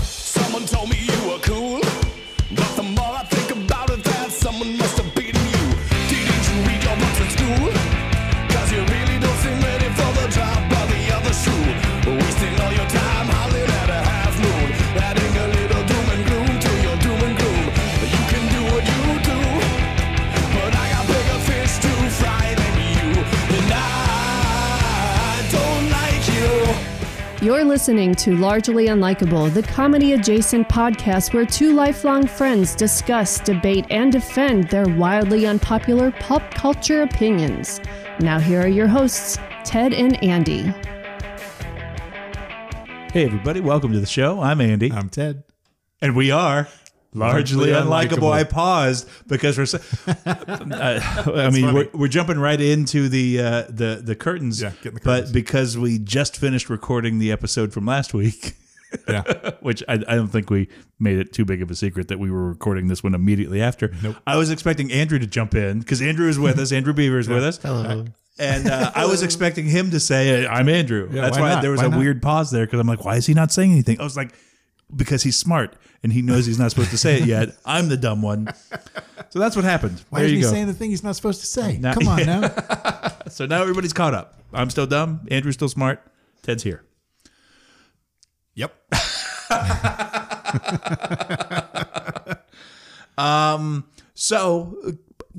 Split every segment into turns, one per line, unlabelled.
Someone told me you were cool, but the more I think about it, that someone must have beaten you. Didn't you read your books at school? Cause you really don't seem ready for the drop by the other shoe. Wasting all your time hollering at a half moon, adding a little doom and gloom to your doom and gloom. You can do what you do, but I got bigger fish to fry than you, and I don't like you.
You're listening to Largely Unlikable, the comedy adjacent podcast where two lifelong friends discuss, debate, and defend their wildly unpopular pop culture opinions. Now, here are your hosts, Ted and Andy.
Hey, everybody, welcome to the show. I'm Andy.
I'm Ted.
and we are largely
Largely
unlikable.
unlikable.
I paused because we're, so, uh, I mean, we're, we're jumping right into the uh, the the curtains,
Yeah, getting the
but
curtains.
because we just finished recording the episode from last week,
Yeah.
which I, I don't think we made it too big of a secret that we were recording this one immediately after. Nope. I was expecting Andrew to jump in because Andrew is with us. Andrew Beaver is with us.
Hello.
And uh, I was expecting him to say, "I'm Andrew."
Yeah,
That's
why
why,
not?
there was
Why
a
not?
weird pause there because I'm like, "Why is he not saying anything?" I was like, "Because he's smart and he knows he's not supposed to say it yet." I'm the dumb one. So that's what happened.
Why
there
isn't
you
he
go.
saying the thing he's not supposed to say?
Now-
Come on now.
so now everybody's caught up. I'm still dumb. Andrew's still smart. Ted's here.
yep.
Um, So uh,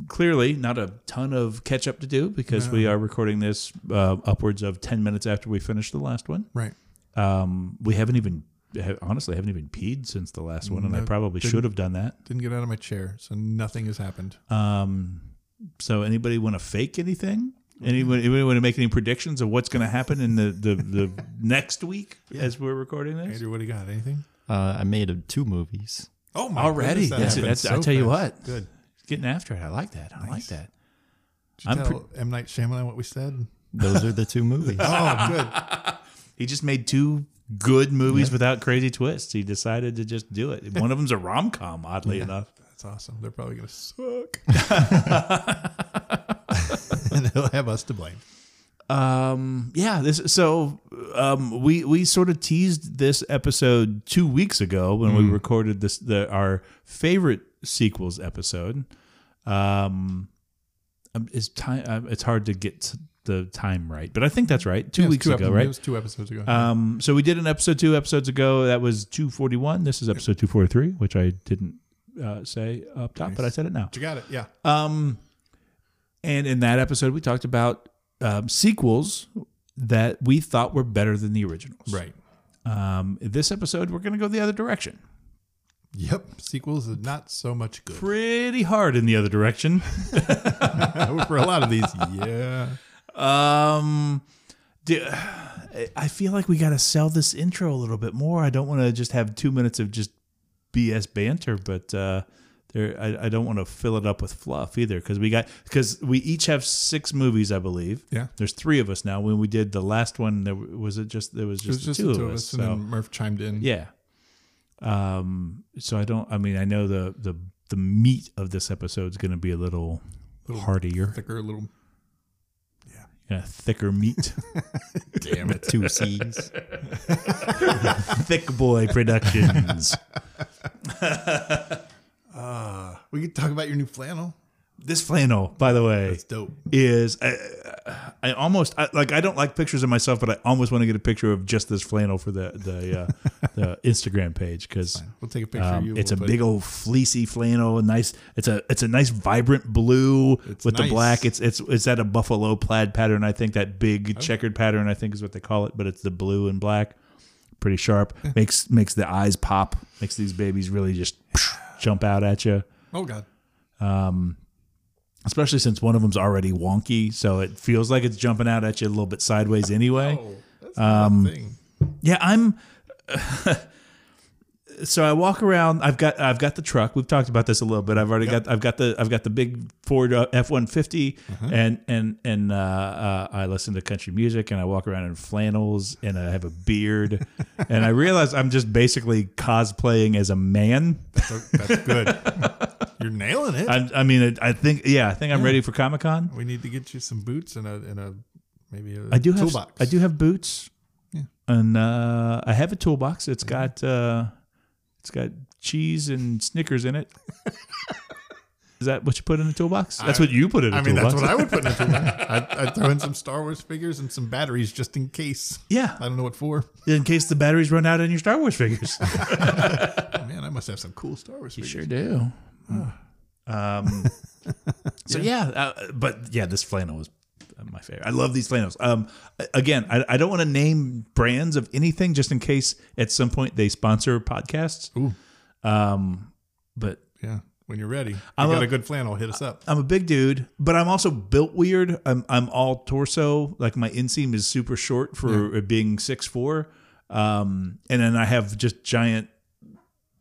clearly, not a ton of catch up to do because we are recording this uh, upwards of ten minutes after we finished the last one.
Right.
Um, we haven't even. ha- Honestly, haven't even peed since the last one, and I probably should have done that.
Didn't get out of my chair, so nothing has happened.
Uh, Um, So anybody want to fake anything? Anyone, anybody want to make any predictions of what's going to happen in the the, the next week as we're recording this?
Andrew, what do you got? Anything?
Uh, I made uh, two movies.
Oh my!
Already,
goodness, that
that's,
happened
that's, I
so
tell you
fast.
what,
Good.
getting after it. I like that. I like that.
Did you
I'm
tell M Night Shyamalan what we said?
Those are the two movies.
Oh, good.
He just made two good movies without crazy twists. He decided to just do it. One of them's a rom com, oddly enough.
That's awesome. They're probably gonna suck, and they'll have us to blame.
Um, yeah. This so um, we we sort of teased this episode two weeks ago when we recorded this the our favorite sequels episode. Um, um, is time? um, It's hard to get the time right, but I think that's right. Two
Yeah, it was
weeks
two
ago,
episodes-
right?
It was two episodes ago.
Um, so we did an episode two episodes ago. That was 241. This is episode 243, which I didn't uh, say up top, but I said it now.
you got it. Yeah.
Um, and in that episode, we talked about um, sequels that we thought were better than the originals.
Right.
Um, this episode, we're going to go the other direction.
Yep. Sequels are not so much good
Pretty hard in the other direction.
for a lot of these. Yeah.
Um, do, I feel like we got to sell this intro a little bit more. I don't want to just have two minutes of just BS banter, but uh, there I, I don't want to fill it up with fluff either because we got because we each have six movies, I believe.
Yeah.
there's three of us now. When we did the last one, there w- was it just there was
It was
just,
just
the two, of us.
and
so-
then Murph chimed in.
yeah. Um. So I don't. I mean, I know the the the meat of this episode is going to be a little, heartier,
Thicker little.
yeah, thicker meat.
Damn it. Two C's.
Thick Boy Productions.
We could talk about your new flannel.
this flannel, by the way,
It's dope.
is I, I almost I, like I don't like pictures of myself, but I almost want to get a picture of just this flannel for the the, uh, the Instagram page because
We'll take a picture of you.
Um, it's
We'll
a
put-
big old fleecy flannel, a nice it's a it's a nice vibrant blue with the
nice.
black. It's it's it's that a buffalo plaid pattern. I think that big checkered pattern I think is what they call it, but it's the blue and black. Pretty sharp. makes makes the eyes pop. Makes these babies really just jump out at you.
Oh God.
especially since one of them's already wonky, so it feels like it's jumping out at you a little bit sideways anyway.
Oh, that's not
um,
a thing.
Yeah, I'm. so I walk around. I've got I've got the truck. We've talked about this a little bit. I've already got I've got the I've got the big Ford F one fifty, and and and uh, uh, I listen to country music, and I walk around in flannels, and I have a beard, and I realize I'm just basically cosplaying as a man.
So That's good. You're nailing it.
I, I mean, I, I think yeah, I think I'm ready for Comic Con.
we need to get you some boots and a and a maybe a
I do have
toolbox.
I do have boots.
Yeah.
And uh, I have a toolbox. It's got uh, it's It's got cheese and Snickers in it. Is that what you put in a toolbox? That's what you put in a
I mean,
toolbox.
that's what I would put in a toolbox. I'd, I'd throw in some Star Wars figures and some batteries just in case.
Yeah.
I don't know what for.
in case the batteries run out on your Star Wars figures.
Oh, Man, I must have some cool Star Wars figures.
do. Um, so yeah, uh, but yeah, this flannel was my favorite. I love these flannels. Um, a- again, I, I don't want to name brands of anything just in case at some point they sponsor podcasts.
Ooh.
Um, but
Yeah. When you're ready, you
I'm
got
a-
a good flannel, hit us up.
I'm a big dude, but I'm also built weird. I'm I'm all torso. Like my inseam is super short for it being six four. Um, and then I have just giant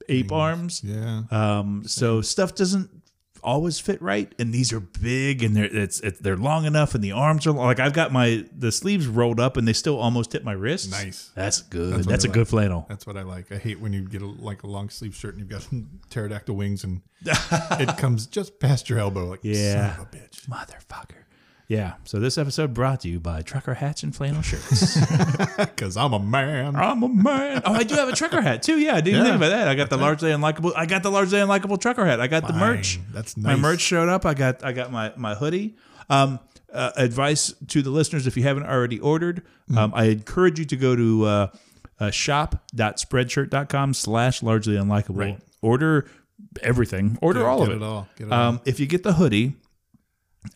ape arms.
Yeah.
Um, so stuff doesn't always fit right, and these are big, and they're it's, it's they're long enough, and the arms are long. like I've got my the sleeves rolled up, and they still almost hit my wrists.
Nice.
that's good. That's,
That's what
a
I
good
like.
flannel.
That's what I like. I hate when you get a, like a long sleeve shirt and you've got pterodactyl wings and it comes just past your elbow. Like,
Yeah.
son of a bitch.
Motherfucker. Yeah. So this episode brought to you by Trucker Hats and Flannel Shirts.
Because I'm a man.
I'm a man. Oh, I do have a trucker hat too. Yeah, I didn't think about that. I got the largely unlikable. I got the largely unlikable trucker hat. I got the merch.
Fine. That's
My
nice.
merch showed up. I got I got my my hoodie. Um, uh, advice to the listeners if you haven't already ordered,
Mm-hmm.
um, I encourage you to go to uh, uh, shop.spreadshirt.com slash largely unlikable. Order everything. Order all
Get
of
it all. Get it all.
um, if you get the hoodie,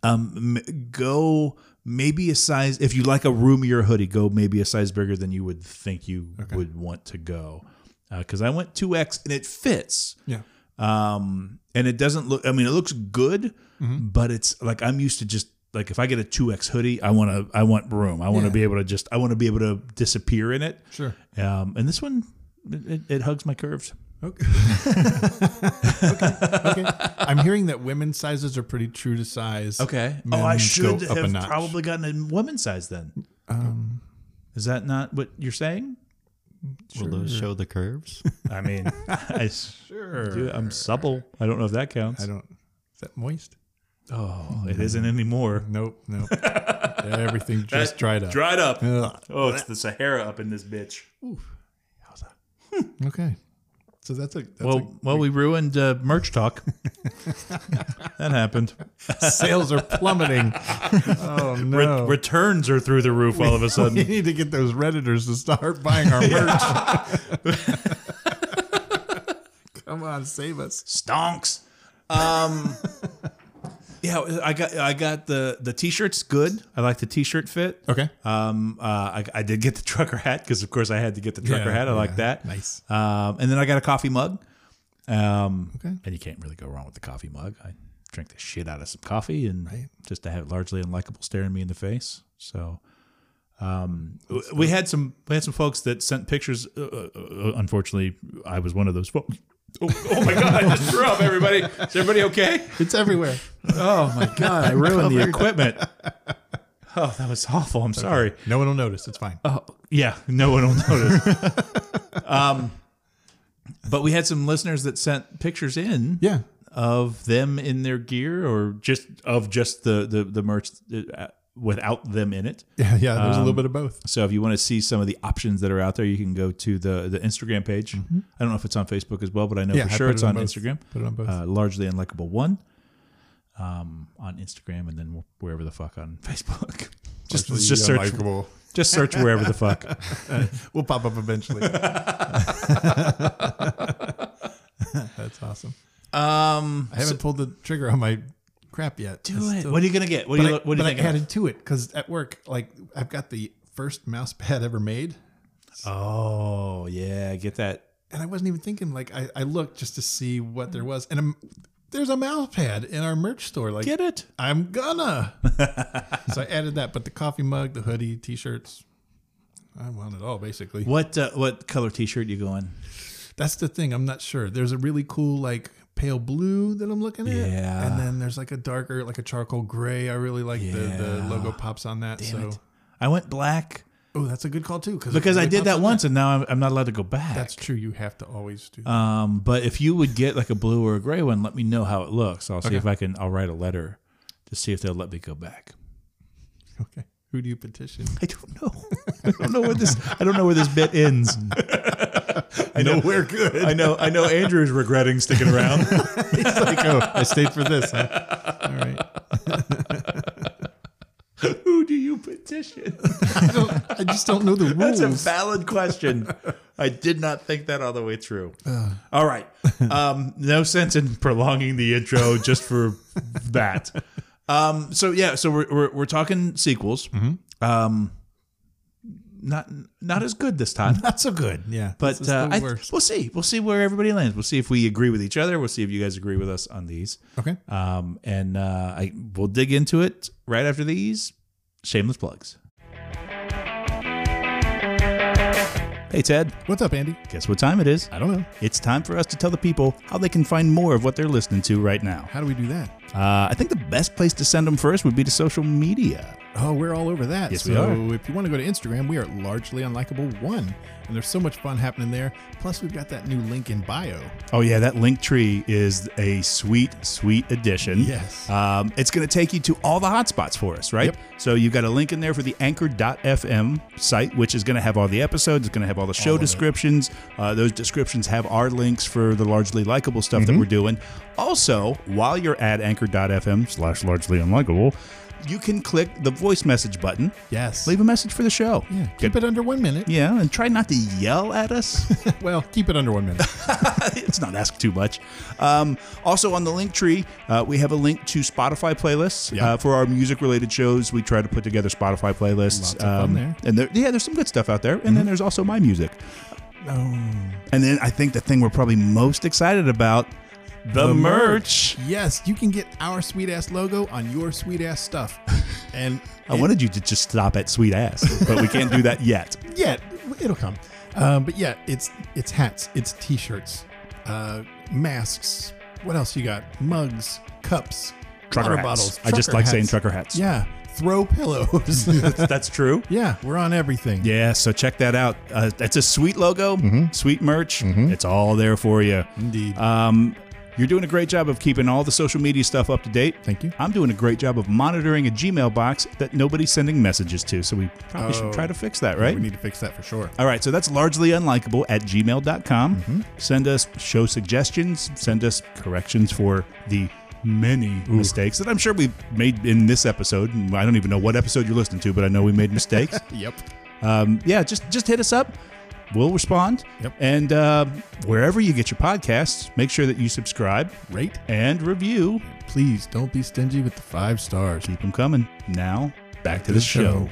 um, m- go maybe a size. If you like a roomier hoodie, go maybe a size bigger than you would think you would want to go. Because I went two X and it fits.
Yeah.
Um, and it doesn't look. I mean, it looks good, but it's like I'm used to just like if I get a two X hoodie, I want to. I want room. I want to be able to just. I want to be able to disappear in it.
Sure.
Um, and this one, it, it, it hugs my curves.
Okay. okay. Okay. I'm hearing that women's sizes are pretty true to size.
oh, I
Men's
should
go up a
have
notch. Um,
probably gotten a woman's size then. Is that not what you're saying?
Will those show the curves?
I mean, I sure. I'm supple. I don't know if that counts.
I don't. Is that moist?
Oh, it isn't anymore.
Nope. Nope. Everything just dried up.
Dried up.
Ugh.
Oh, it's the Sahara up in this bitch.
Okay. So that's a that's
Well, well, we ruined uh, merch talk. that happened.
a, sales are plummeting. oh
Re-
no.
returns are through the roof all of a
you
sudden.
need to get those redditors to start buying our merch. Come on, save us.
stonks. Um, yeah, I got I got the the t-shirts. Good. I like the t-shirt fit.
Okay.
Um, uh, I, I did get the trucker hat because of course I had to get the trucker
Yeah,
hat. I like
yeah.
that.
Nice.
Um, and then I got a coffee mug. Um,
Okay.
And you can't really go wrong with the coffee mug. I drink the shit out of some coffee and just to have it largely unlikable staring me in the face. So. Um, we had some we had some folks that sent pictures. Uh, uh, uh, unfortunately, I was one of those folks. Oh, oh my god! I just threw up. Everybody, is everybody okay?
It's everywhere.
Oh my god! I ruined the equipment. Oh, that was awful. I'm sorry.
No one will notice. It's
Uh,
fine.
Oh, Yeah, no one will notice. um, but we had some listeners that sent pictures in
yeah.
of them in their gear or just of just the the the merch uh, without them in it.
Yeah. Yeah. There's
um,
a little bit of both.
So if you want to see some of the options that are out there, you can go to the the Instagram page. I don't know if it's on Facebook as well, but I know
Mm-hmm. Yeah,
for
I
sure
put
it's
it
on
on both.
Instagram.
Put it on both.
Uh, largely unlikable one um, on Instagram, and then wherever the fuck on Facebook. just
Largely
just search
unlikable.
just search wherever the fuck.
We'll pop up eventually. That's awesome.
Um,
I haven't pulled the trigger on my crap yet.
Do
I
it.
still-
what are you gonna get? What
but
do you
I,
What do
but
you
I
think?
added to it because at work, like I've got the first mouse pad ever made,
oh yeah, get that.
and I wasn't even thinking. Like I, I looked just to see what there was, and um there's a mouse pad in our merch store. Like
Get it.
I'm gonna. so I added that, but the coffee mug, the hoodie, t-shirts, I want it all basically.
What uh, What color T-shirt you going?
That's the thing. I'm not sure. There's a really cool like pale blue that I'm looking at.
Yeah.
And then there's like a darker, like a charcoal gray. I really like the, the
Yeah.
logo pops on that. so
it. I went black
oh, that's a good call too. Cause it
because I
really
did
pops
that
on
once, and now I'm, I'm not allowed to go back.
That's true. You have to always do. that.
um, but if you would get like a blue or a gray one, let me know how it looks. I'll see if I can. I'll write a letter to see if they'll let me go back.
okay. Who do you petition?
I don't know. I don't know where this. I don't know where this bit ends. I Nowhere good. I know. I know. Andrew is regretting sticking around.
Like, oh, I stayed for this. Huh? All right.
Who do you petition?
I, don't, I just don't know the rules.
That's a valid question. I did not think that all the way through.
Uh.
all right. Um, no sense in prolonging the intro just for that. Um, so yeah, so we're we're, we're talking sequels. Um,
Mm-hmm.
not not as good this time.
Not so good. Yeah.
But
This is
uh,
the
I,
worst.
we'll see. We'll see where everybody lands. We'll see if we agree with each other. We'll see if you guys agree with us on these.
okay.
Um, and uh, I we'll dig into it right after these shameless plugs. Hey Ted,
What's up, Andy?
guess what time it is?
I don't know.
It's time for us to tell the people how they can find more of what they're listening to right now.
How do we do that?
Uh, I think the best place to send them first would be to social media.
Oh, we're all over that.
Yes,
so
we are.
if you want to go to Instagram, we are largely unlikable one, and there's so much fun happening there. Plus, we've got that new link in bio.
Oh yeah, that link tree is a sweet, sweet addition.
Yes.
Um, it's going to take you to all the hotspots for us, right?
Yep.
So you've got a link in there for the anchor.fm site, which is going to have all the episodes. It's going to have all the show descriptions. Uh, those descriptions have our links for the largely likable stuff
Mm-hmm.
that we're doing. Also, while you're at anchor.fm slash largely unlikable, you can click the voice message button.
Yes.
Leave a message for the show.
yeah.
Get-
Keep it under one minute.
yeah, and try not to yell at us.
Well, keep it under one minute.
it's not asked too much. Um, also on the link tree, uh, we have a link to Spotify playlists
Yeah.
uh, for our music related shows. We try to put together Spotify playlists. um,
Lots of fun there. Mm-hmm.
And there, yeah, there's some good stuff out there. And then there's also my music.
Oh.
And then I think the thing we're probably most excited about the, merch.
yes, you can get our sweet ass logo on your sweet ass stuff, and
I wanted you to just stop at sweet ass, but we can't do that yet.
yeah, it'll come. Um, but yeah, it's it's hats, it's t-shirts, uh, masks. What else you got? Mugs, cups,
Trucker
water
hats.
bottles.
I just
trucker
like saying trucker hats.
Yeah, throw pillows.
That's true.
yeah, we're on everything.
Yeah, so check that out. Uh, it's a sweet logo,
Mm-hmm.
sweet merch. It's all there for you.
Indeed.
Um, you're doing a great job of keeping all the social media stuff up to date.
Thank you.
I'm doing a great job of monitoring a Gmail box that nobody's sending messages to. So we probably should
Oh.
try to fix that, right?
We need to fix that for sure.
all right, so that's largely unlikable at gmail.com.
Mm-hmm.
Send us show suggestions, send us corrections for the many mistakes that I'm sure we've made in this episode. I don't even know what episode you're listening to, but I know we made mistakes.
Yep.
um, yeah, just just hit us up. We'll respond.
Yep.
And uh, wherever you get your podcasts, make sure that you subscribe
Rate.
and review.
Please don't be stingy with the five stars.
Keep them coming. Now, back to the show.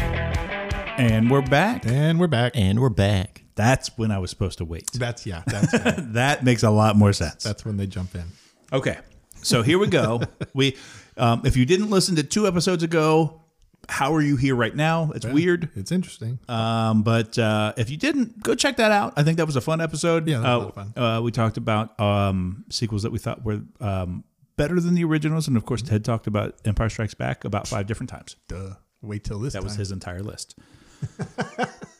And we're back.
And we're back.
And we're back.
That's when I was supposed to wait.
That's yeah. That's when,
That makes a lot more sense.
that's when they jump in.
Okay. So here we go. we, um, if you didn't listen to two episodes ago, how are you here right now? It's weird.
It's interesting.
Um, but uh, if you didn't, go check that out. I think that was a fun episode.
Yeah, that was a lot of
uh, Uh, we talked about um, sequels that we thought were um, better than the originals, and of course, Ted talked about Empire Strikes Back about five different times.
Duh. Wait till this.
That was
time.
his entire list.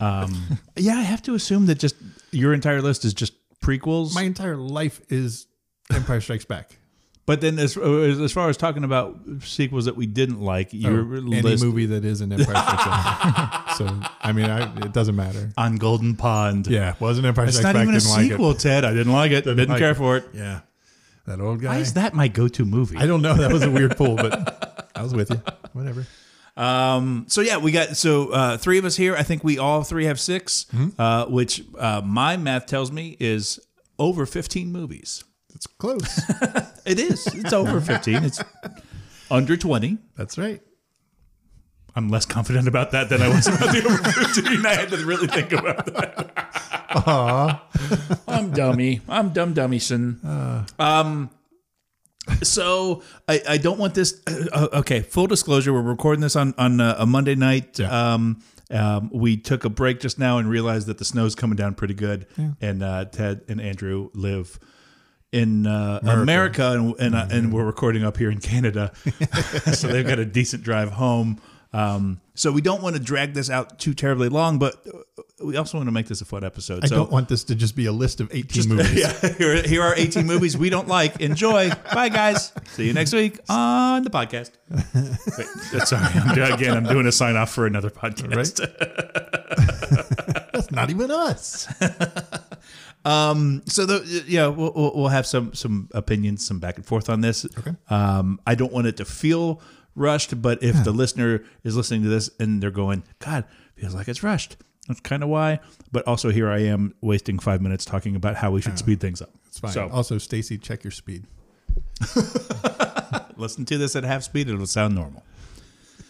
um, yeah, I have to assume that just your entire list is just prequels.
My entire life is Empire Strikes Back.
but then, as, uh, as far as talking about sequels that we didn't like, your
Any
list
movie that is an Empire Strikes Back. so I mean, I, it doesn't matter.
on Golden Pond.
Yeah, wasn't Empire
it's not
Strikes Back.
even a
didn't like it.
sequel, Ted. I didn't like it. Didn't,
like
care
it.
for it.
Yeah, that old guy.
Why is that my go-to movie?
I don't know. That was a weird pull, but I was with you. Whatever.
Um, so yeah, we got so uh, three of us here. I think we all three have 6 uh, which uh, my math tells me is over fifteen movies.
It's close.
It is. It's over fifteen. It's under twenty.
That's right.
I'm less confident about that than I was about the over fifteen. I had to really think about that. I'm dummy. I'm dumb dummyson. Um, so I, I don't want this. Uh, uh, okay, full disclosure: we're recording this on on uh, a Monday night. Um, um, we took a break just now and realized that the snow's coming down pretty good. And uh, Ted and Andrew live in uh, America, and and, uh,
Mm-hmm.
and we're recording up here in Canada, so they've got a decent drive home. Um, so we don't want to drag this out too terribly long, but uh, we also want to make this a fun episode.
I
so
don't want this to just be a list of 18 movies.
yeah, here, here are 18 movies we don't like. Enjoy. Bye, guys. See you next week on the podcast. Wait, sorry. I'm, again, I'm doing a sign off for another podcast.
not even us.
so the, yeah, we'll, we'll we'll have some some opinions, some back and forth on this. Okay. Um, I don't want it to feel rushed, but if the listener is listening to this and they're going, God, feels like it's rushed. That's kind of why. But also, here I am wasting five minutes talking about how we should speed things up.
It's fine.
So
also, Stacy, check your speed.
listen to this at half speed; it'll sound normal.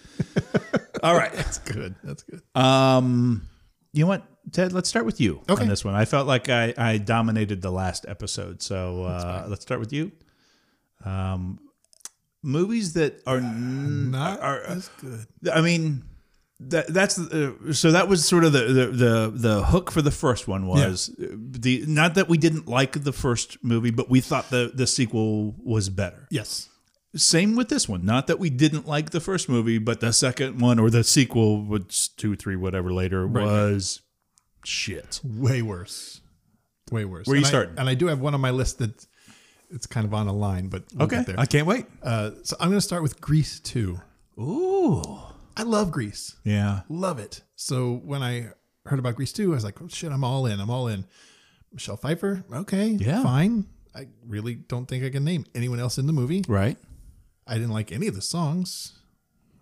All right. Um,
That's good. That's good.
You know what, Ted? Let's start with you
Okay.
on this one. I felt like I, I dominated the last episode, so uh, let's start with you. Um, movies that are n-
not
are,
as good.
I mean, that that's uh, so that was sort of the, the the the hook for the first one was uh, the not that we didn't like the first movie, but we thought the the sequel was better.
Yes.
Same with this one. Not that we didn't like the first movie, but the second one or the sequel, which two, three, whatever later was shit.
Way worse. Way worse.
Where you
And I-
starting?
And I do have one on my list that it's kind of on a line, but we'll get there.
can't wait.
Uh, so I'm going to start with Grease 2.
Ooh,
I love Grease.
yeah.
Love it. So when I heard about Grease 2, I was like, oh, shit, I'm all in. I'm all in. Michelle Pfeiffer, okay,
Yeah.
fine. I really don't think I can name anyone else in the movie.
Right.
I didn't like any of the songs.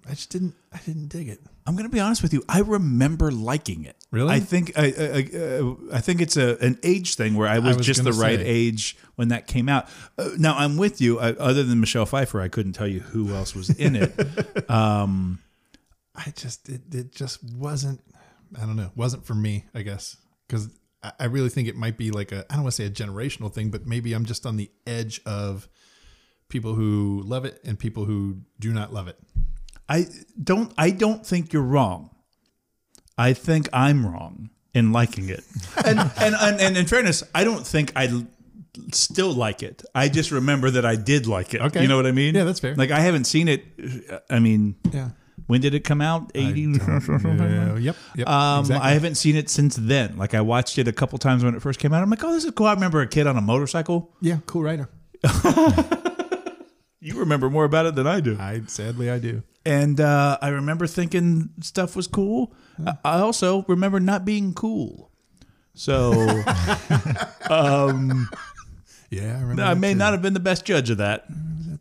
I just didn't. I didn't dig it.
I'm gonna be honest with you. I remember liking it.
Really?
I think I I, uh, I think it's a an age thing where I was,
was
just the
gonna
right
say.
age when that came out. Uh, now I'm with you. I, other than Michelle Pfeiffer, I couldn't tell you who else was in it.
I just it, it just wasn't. I don't know. Wasn't for me. I guess because I, I really think it might be like a. I don't want to say a generational thing, but maybe I'm just on the edge of people who love it and people who do not love it.
I don't. I don't think you're wrong. I think I'm wrong in liking it. And and, and and in fairness, I don't think I l- still like it. I just remember that I did like it.
Okay.
You know what I mean?
Yeah, that's fair.
Like I haven't seen it. uh, I mean,
Yeah.
when did it come out? Eighty.
Yeah, yep. Yep.
Um,
exactly.
I haven't seen it since then. Like I watched it a couple times when it first came out. I'm like, oh, this is cool. I remember a kid on a motorcycle.
yeah. Cool writer.
You remember more about it than I do.
I sadly I do.
And uh, I remember thinking stuff was cool. I- I also remember not being cool. So
Yeah. I remember.
I
that
may
too.
not have been the best judge of that.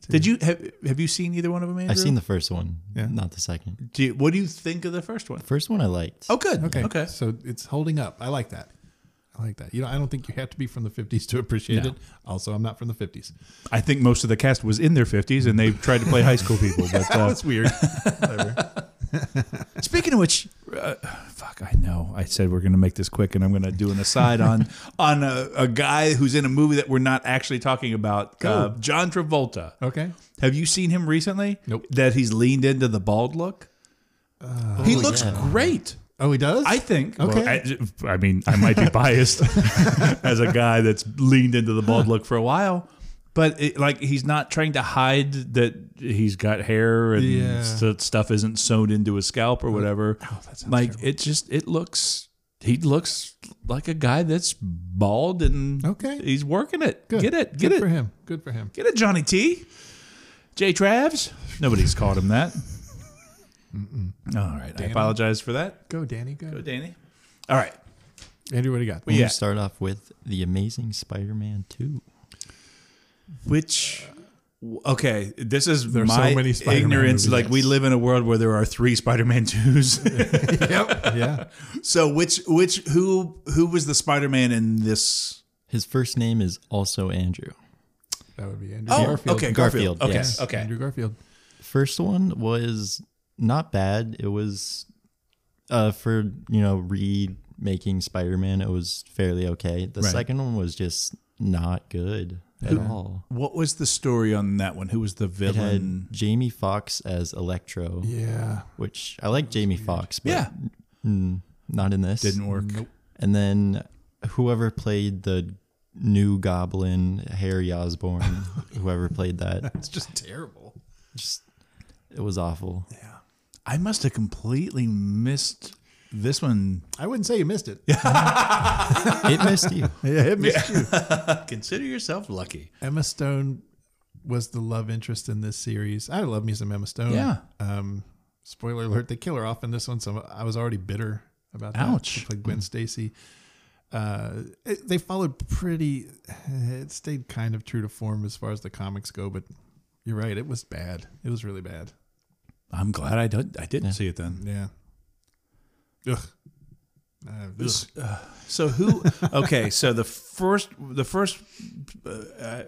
Did you have Have you seen either one of them? Andrew?
I've seen the first one,
Yeah.
not the second.
Do you, what do you think of the first one?
First one I liked.
Oh, good.
Okay.
Okay.
So it's holding up. I like that. I like that. You know, I don't think you have to be from the 50s to appreciate
No.
it. Also, I'm not from the 50s.
I think most of the cast was in their 50s and they tried to play high school people. But uh,
That's weird. Whatever.
Speaking of which, uh, fuck, I know. I said we're going to make this quick, and I'm going to do an aside on on a, a guy who's in a movie that we're not actually talking about. Uh,
Go.
John Travolta.
Okay.
Have you seen him recently?
Nope.
That he's leaned into the bald look. he looks great.
Oh, he does?
I think.
Uh, oh, Okay.
I, I mean, I might be biased as a guy that's leaned into the bald look for a while, but it, like he's not trying to hide that he's got hair and
Yeah. Oh,
st- stuff isn't sewn into his scalp or whatever. like it just it looks. He looks like a guy that's bald and
Okay.
He's working it.
Good.
Get it. Get
Good
it.
for him. Good for him.
Get it, Johnny T. J. Travs. Nobody's called him that. All right. I apologize for that.
Go, Danny. Go.
Go, Danny. All right.
Andrew, what do you got?
We
yeah.
start off with The Amazing Spider-Man 2.
Which, okay, this is
are so
my
many Spider-Man
ignorance.
movies.
Like we live in a world where there are three Spider-Man twos.
yep. Yeah.
so which which who who was the Spider-Man in this?
His first name is also Andrew.
That would be Andrew Oh, Garfield.
Oh, okay, Garfield.
Garfield,
Okay,
yes.
okay.
Andrew Garfield.
First one was not bad. It was uh for, you know, remaking Spider-Man, it was fairly okay. The
Right.
second one was just not good at all.
What was the story on that one? Who was the
It had
villain?
Jamie Fox as Electro,
Yeah.
which I like Jamie Fox, but
yeah,
not in this.
didn't work.
And then whoever played the new Goblin, Harry Osborn, whoever played that,
It's just terrible.
just it was awful.
I must have completely missed this one.
I wouldn't say you missed it. Yeah.
It missed you.
it missed you.
Consider yourself lucky.
Emma Stone was the love interest in this series. I love me some Emma Stone.
Yeah.
Um, spoiler alert: they kill her off in this one, so I was already bitter about that.
Ouch.
She played Gwen Stacy. Uh, it- they followed pretty. It stayed kind of true to form as far as the comics go, but you're right. It was bad. It was really bad.
I'm glad I don't. I didn't see it then.
Yeah. Ugh. Uh, this,
So who? Okay, so the first, the first, uh,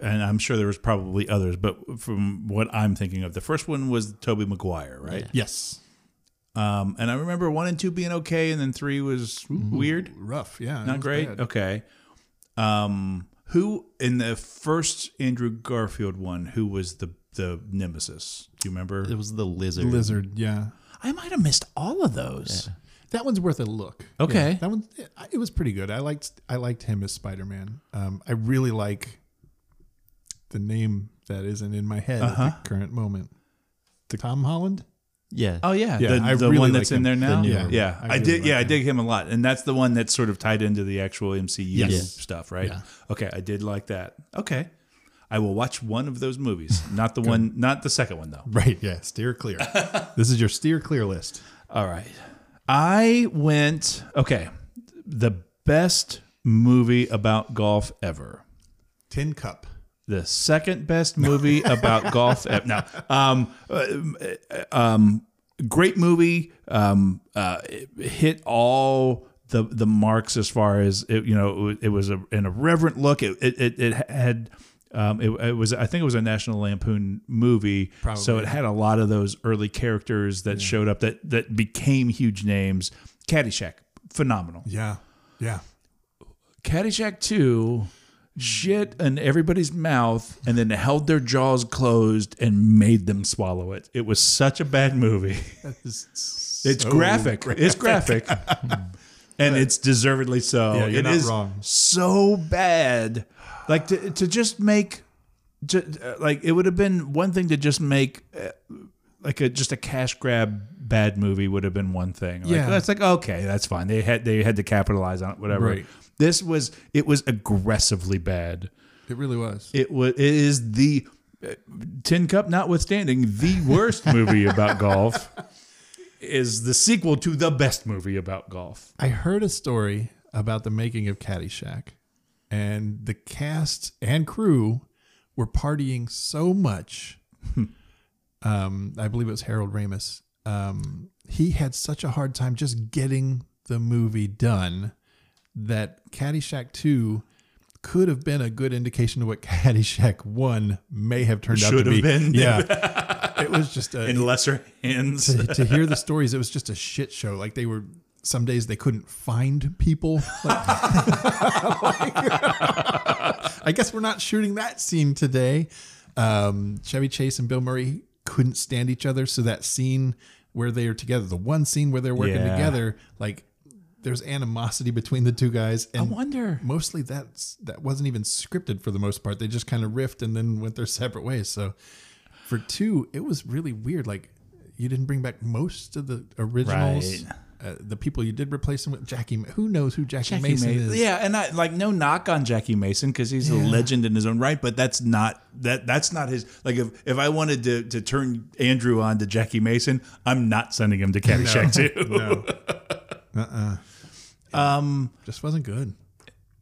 and I'm sure there was probably others, but from what I'm thinking of, the first one was Toby Maguire, right?
yes.
Um, and I remember one and two being okay, and then three was weird,
Rough. Yeah. it
not
was
great.
bad.
Okay. Um, who in the first Andrew Garfield one? Who was the the nemesis? Do you remember?
It was the lizard.
Lizard. Yeah.
I might have missed all of those.
That one's worth a look.
Okay.
Yeah, that one it was pretty good. I liked I liked him as Spider Man. Um, I really like the name that isn't in my head
Uh-huh.
at the current moment. Tom Holland.
Yeah.
Oh yeah,
Yeah,
the,
I
the
really
one that's
like
in
him.
there now.
The new
yeah,
one.
yeah.
I
I,
really
dig. Yeah,
like
I dig him a lot, and that's the one that's sort of tied into the actual MCU
Yes.
stuff, right?
Yeah.
Okay, I did like that. Okay, I will watch one of those movies, not the one, not the second one though.
Right. Yeah. Steer clear. this is your steer clear list.
All right, I went. Okay, the best movie about golf ever.
Tin Cup.
the second best movie about golf. ev- No, um, uh, um, great movie. Um, uh, it hit all the the marks as far as it, you know. It, was a, an irreverent look. It it, it, it had. Um, it, it was, I think, it was a National Lampoon movie, so it had a lot of those early characters that showed up that that became huge names. Caddyshack, phenomenal.
Yeah. Yeah.
Caddyshack 2 shit in everybody's mouth and then held their jaws closed and made them swallow it. It was such a bad movie.
It's
It's
so
graphic.
great.
It's graphic. and it's deservedly so.
Yeah, you're
It
not
is
wrong.
so bad. Like to, to just make ju- uh, like it would have been one thing to just make uh, like a just a cash grab bad movie would have been one thing. Like,
Yeah.
that's like okay, that's fine. They had they had to capitalize on it whatever.
Right.
This was it was aggressively bad.
It really was.
It was it is the uh, Tin Cup notwithstanding the worst movie about golf is the sequel to the best movie about golf.
I heard a story about the making of Caddyshack, and the cast and crew were partying so much.
Hmm.
um, I believe it was Harold Ramis. Um, he had such a hard time just getting the movie done that Caddyshack 2 could have been a good indication of what Caddyshack 1 may have turned out
Should
to
have
be.
been.
Yeah. it was just a,
In lesser hands.
to, to hear the stories, it was just a shit show. Like they were some days they couldn't find people. Like- I guess we're not shooting that scene today. Um, Chevy Chase and Bill Murray couldn't stand each other, so that scene where they are together, the one scene where they're working
Yeah.
together, like there's animosity between the two guys. And
wonder.
Mostly that's that wasn't even scripted for the most part. They just kind of riffed and then went their separate ways. So for two, it was really weird. Like you didn't bring back most of the originals.
Right.
Uh, the people you did replace them with, Jackie. Who knows who Jackie, Mason is?
Yeah, and I like no knock on Jackie Mason because he's a legend in his own right, but that's not that that's not his like if if I wanted to to turn Andrew on to Jackie Mason, I'm not sending him to Caddyshack too.
just wasn't good.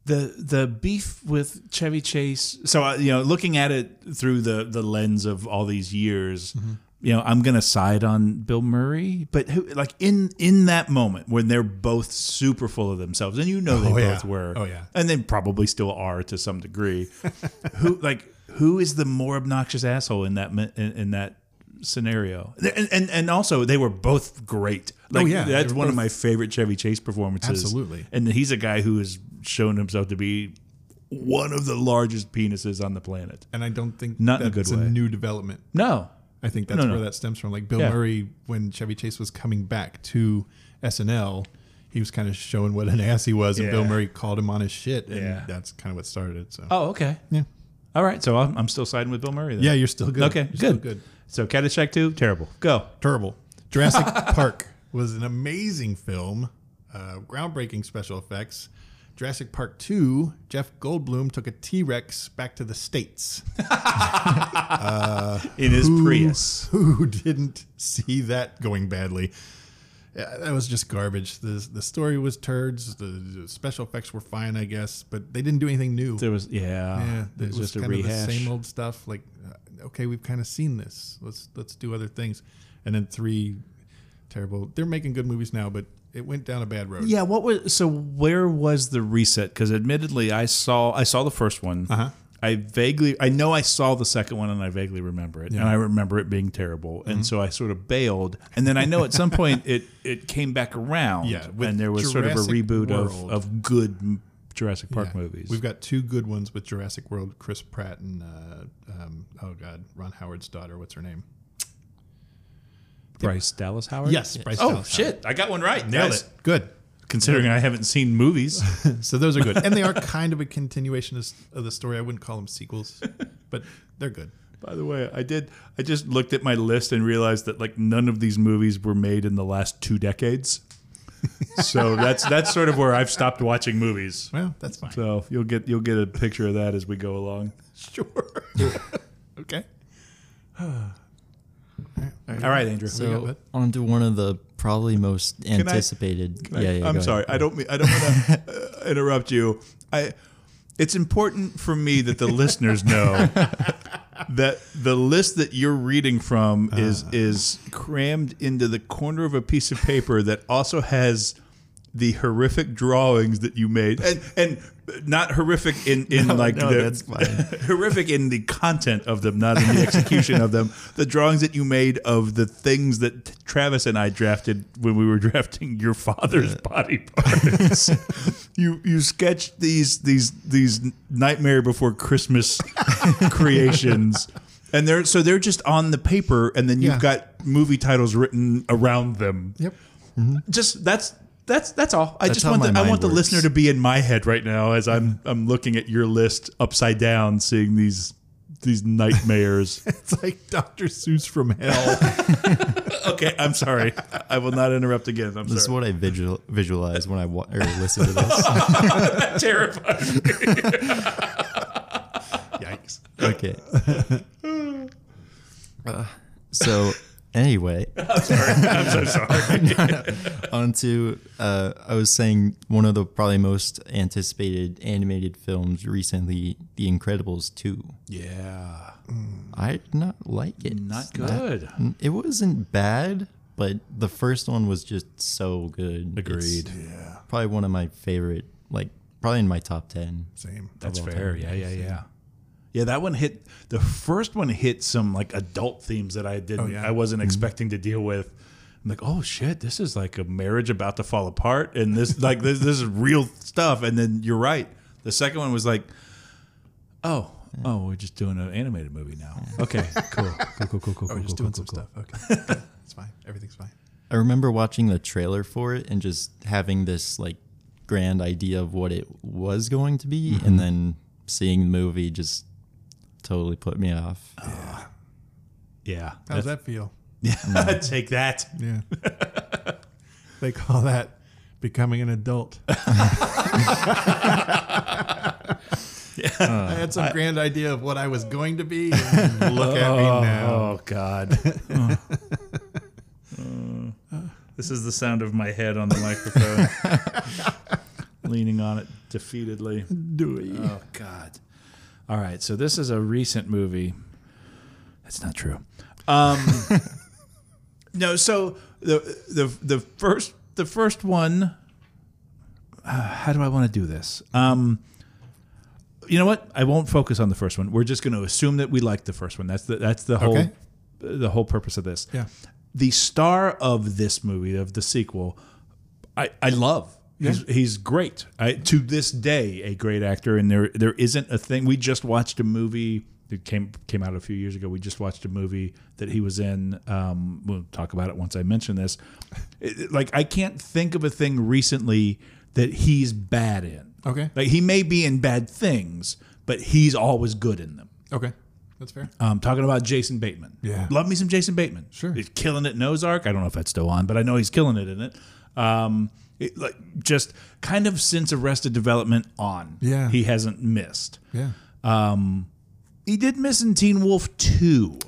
the the beef with Chevy Chase. So uh, you know, looking at it through the the lens of all these years,
Mm-hmm.
you know, I'm gonna side on Bill Murray, but who, like in in that moment when they're both super full of themselves, and you know they
Oh,
both
yeah.
were,
Oh, yeah.
and they probably still are to some degree. who like who is the more obnoxious asshole in that mi- in, in that scenario? And, and and also they were both great. Like,
Oh, yeah.
that's
They were
one of
both-
my favorite Chevy Chase performances.
Absolutely.
And he's a guy who has shown himself to be one of the largest penises on the planet.
And I don't think
Not in a
that's
good way.
new development.
No.
I think that's
No, no.
where that stems from. Like Bill
Yeah.
Murray, when Chevy Chase was coming back to SNL, he was kind of showing what an ass he was, and Bill
Yeah.
Murray called him on his shit, and
Yeah.
that's kind of what started it. So,
Oh, okay.
yeah,
All right. So I'm, I'm still siding with Bill Murray then.
yeah, you're still good.
Okay,
You're still
good. So Caddyshack 2, terrible. Go.
Terrible. Jurassic Park was an amazing film, uh, groundbreaking special effects. Jurassic Park 2, Jeff Goldblum took a T Rex back to the States.
In his
Who-
Prius.
Who didn't see that going badly? Yeah, that was just garbage. The the story was turds. The, the special effects were fine, I guess, but they didn't do anything new.
There was yeah,
yeah,
it
Uh, it
was,
was
just a
kind
rehash.
of the same old stuff. Like, uh, okay, we've kind of seen this. Let's let's do other things. And then three, terrible. They're making good movies now, but it went down a bad road.
yeah, what was so? Where was the reset? Because admittedly, I saw I saw the first one.
Uh-huh.
I vaguely I know I saw the second one and I vaguely remember it, and I remember it being terrible,
Mm-hmm.
and so I sort of bailed. And then I know at some point it it came back around.
Yeah, with
and there was sort of a
Jurassic
reboot of
World.
of good m- Jurassic Park
Yeah.
movies.
We've got two good ones with Jurassic World, Chris Pratt and uh, um, oh god, Ron Howard's daughter. What's her name?
Bryce Dallas Howard.
Yes, Bryce
Oh
Dallas
shit! I got one right.
Nailed
Nice.
it. Good.
Considering I haven't seen movies.
So those are good, and they are kind of a continuation of, of the story. I wouldn't call them sequels, but they're good.
By the way, I did. I just looked at my list and realized that like none of these movies were made in the last two decades. so that's that's sort of where I've stopped watching movies.
Well, that's fine.
So you'll get you'll get a picture of that as we go along.
Sure. okay.
All right, Andrew.
So-
So on to one of the probably most anticipated.
Can I-
yeah, yeah, go
I'm
ahead.
sorry. I don't mean I don't want to uh, interrupt you. I it's important for me that the listeners know that the list that you're reading from
Uh.
is is crammed into the corner of a piece of paper that also has the horrific drawings that you made and and not horrific in in like
no,
the,
that's fine.
horrific in the content of them not in the execution of them the drawings that you made of the things that Travis and I drafted when we were drafting your father's body parts you you sketched these these these nightmare before christmas creations and they're so they're just on the paper and then you've
Yeah.
got movie titles written around them
Yep.
just that's that's that's all. I
That's
just
how
want
my
the, I
mind
want the
works.
listener to be in my head right now as I'm I'm looking at your list upside down, seeing these these nightmares.
It's like Dr. Seuss from hell.
okay, I'm sorry. I will not interrupt again. I'm
This is
sorry.
what I visual, visualize when I wa- or listen to this.
terrifying.
Yikes.
okay. Uh, so anyway,
I'm so sorry.
onto uh, I was saying one of the probably most anticipated animated films recently, The Incredibles two.
Yeah,
I did not like it.
not good.
It wasn't bad, but the first one was just so good. Agreed. yeah. Probably one of my favorite, like probably in my top ten.
Same.
That's fair. Yeah, yeah, yeah. Yeah, that one hit. The first one hit some like adult themes that I didn't,
Oh, yeah. Mm-hmm.
I wasn't expecting to deal with. I'm like, oh shit, this is like a marriage about to fall apart, and this like this this is real stuff. And then you're right. The second one was like, oh, oh, we're just doing an animated movie now. Okay, cool, cool, cool, cool, cool.
We're
cool,
just
cool,
doing
cool,
some
cool.
stuff. Okay. Good. It's fine. Everything's fine.
I remember watching the trailer for it and just having this like grand idea of what it was going to be,
Mm-hmm.
and then seeing the movie just totally put me off.
Yeah,
How does that feel?
that? take that.
Yeah. they call that becoming an adult. I had some grand idea of what I was going to be. and Look at me now.
Oh God. this is the sound of my head on the microphone, leaning on it defeatedly. Do it. Oh God. All right. So this is a recent movie. That's not true. Um, no. So the the the first the first one. uh, how do I want to do this? Um, you know what? I won't focus on the first one. We're just going to assume that we like the first one. That's the that's the whole
Okay.
the whole purpose of this.
Yeah.
The star of this movie of the sequel, I I love. He's he's great. I, to this day, a great actor, and there there isn't a thing. We just watched a movie that came came out a few years ago. We just watched a movie that he was in. Um, we'll talk about it once I mention this. It- it- like I can't think of a thing recently that he's bad in.
Okay.
Like he may be in bad things, but he's always good in them.
Okay. That's fair.
Um, talking about Jason Bateman.
Yeah.
Love me some Jason Bateman.
Sure.
He's killing it in Ozark. I don't know if that's still on, but I know he's killing it in it. Um, it, like just kind of since Arrested Development on.
Yeah.
He hasn't missed.
Yeah.
He did miss in Teen Wolf 2.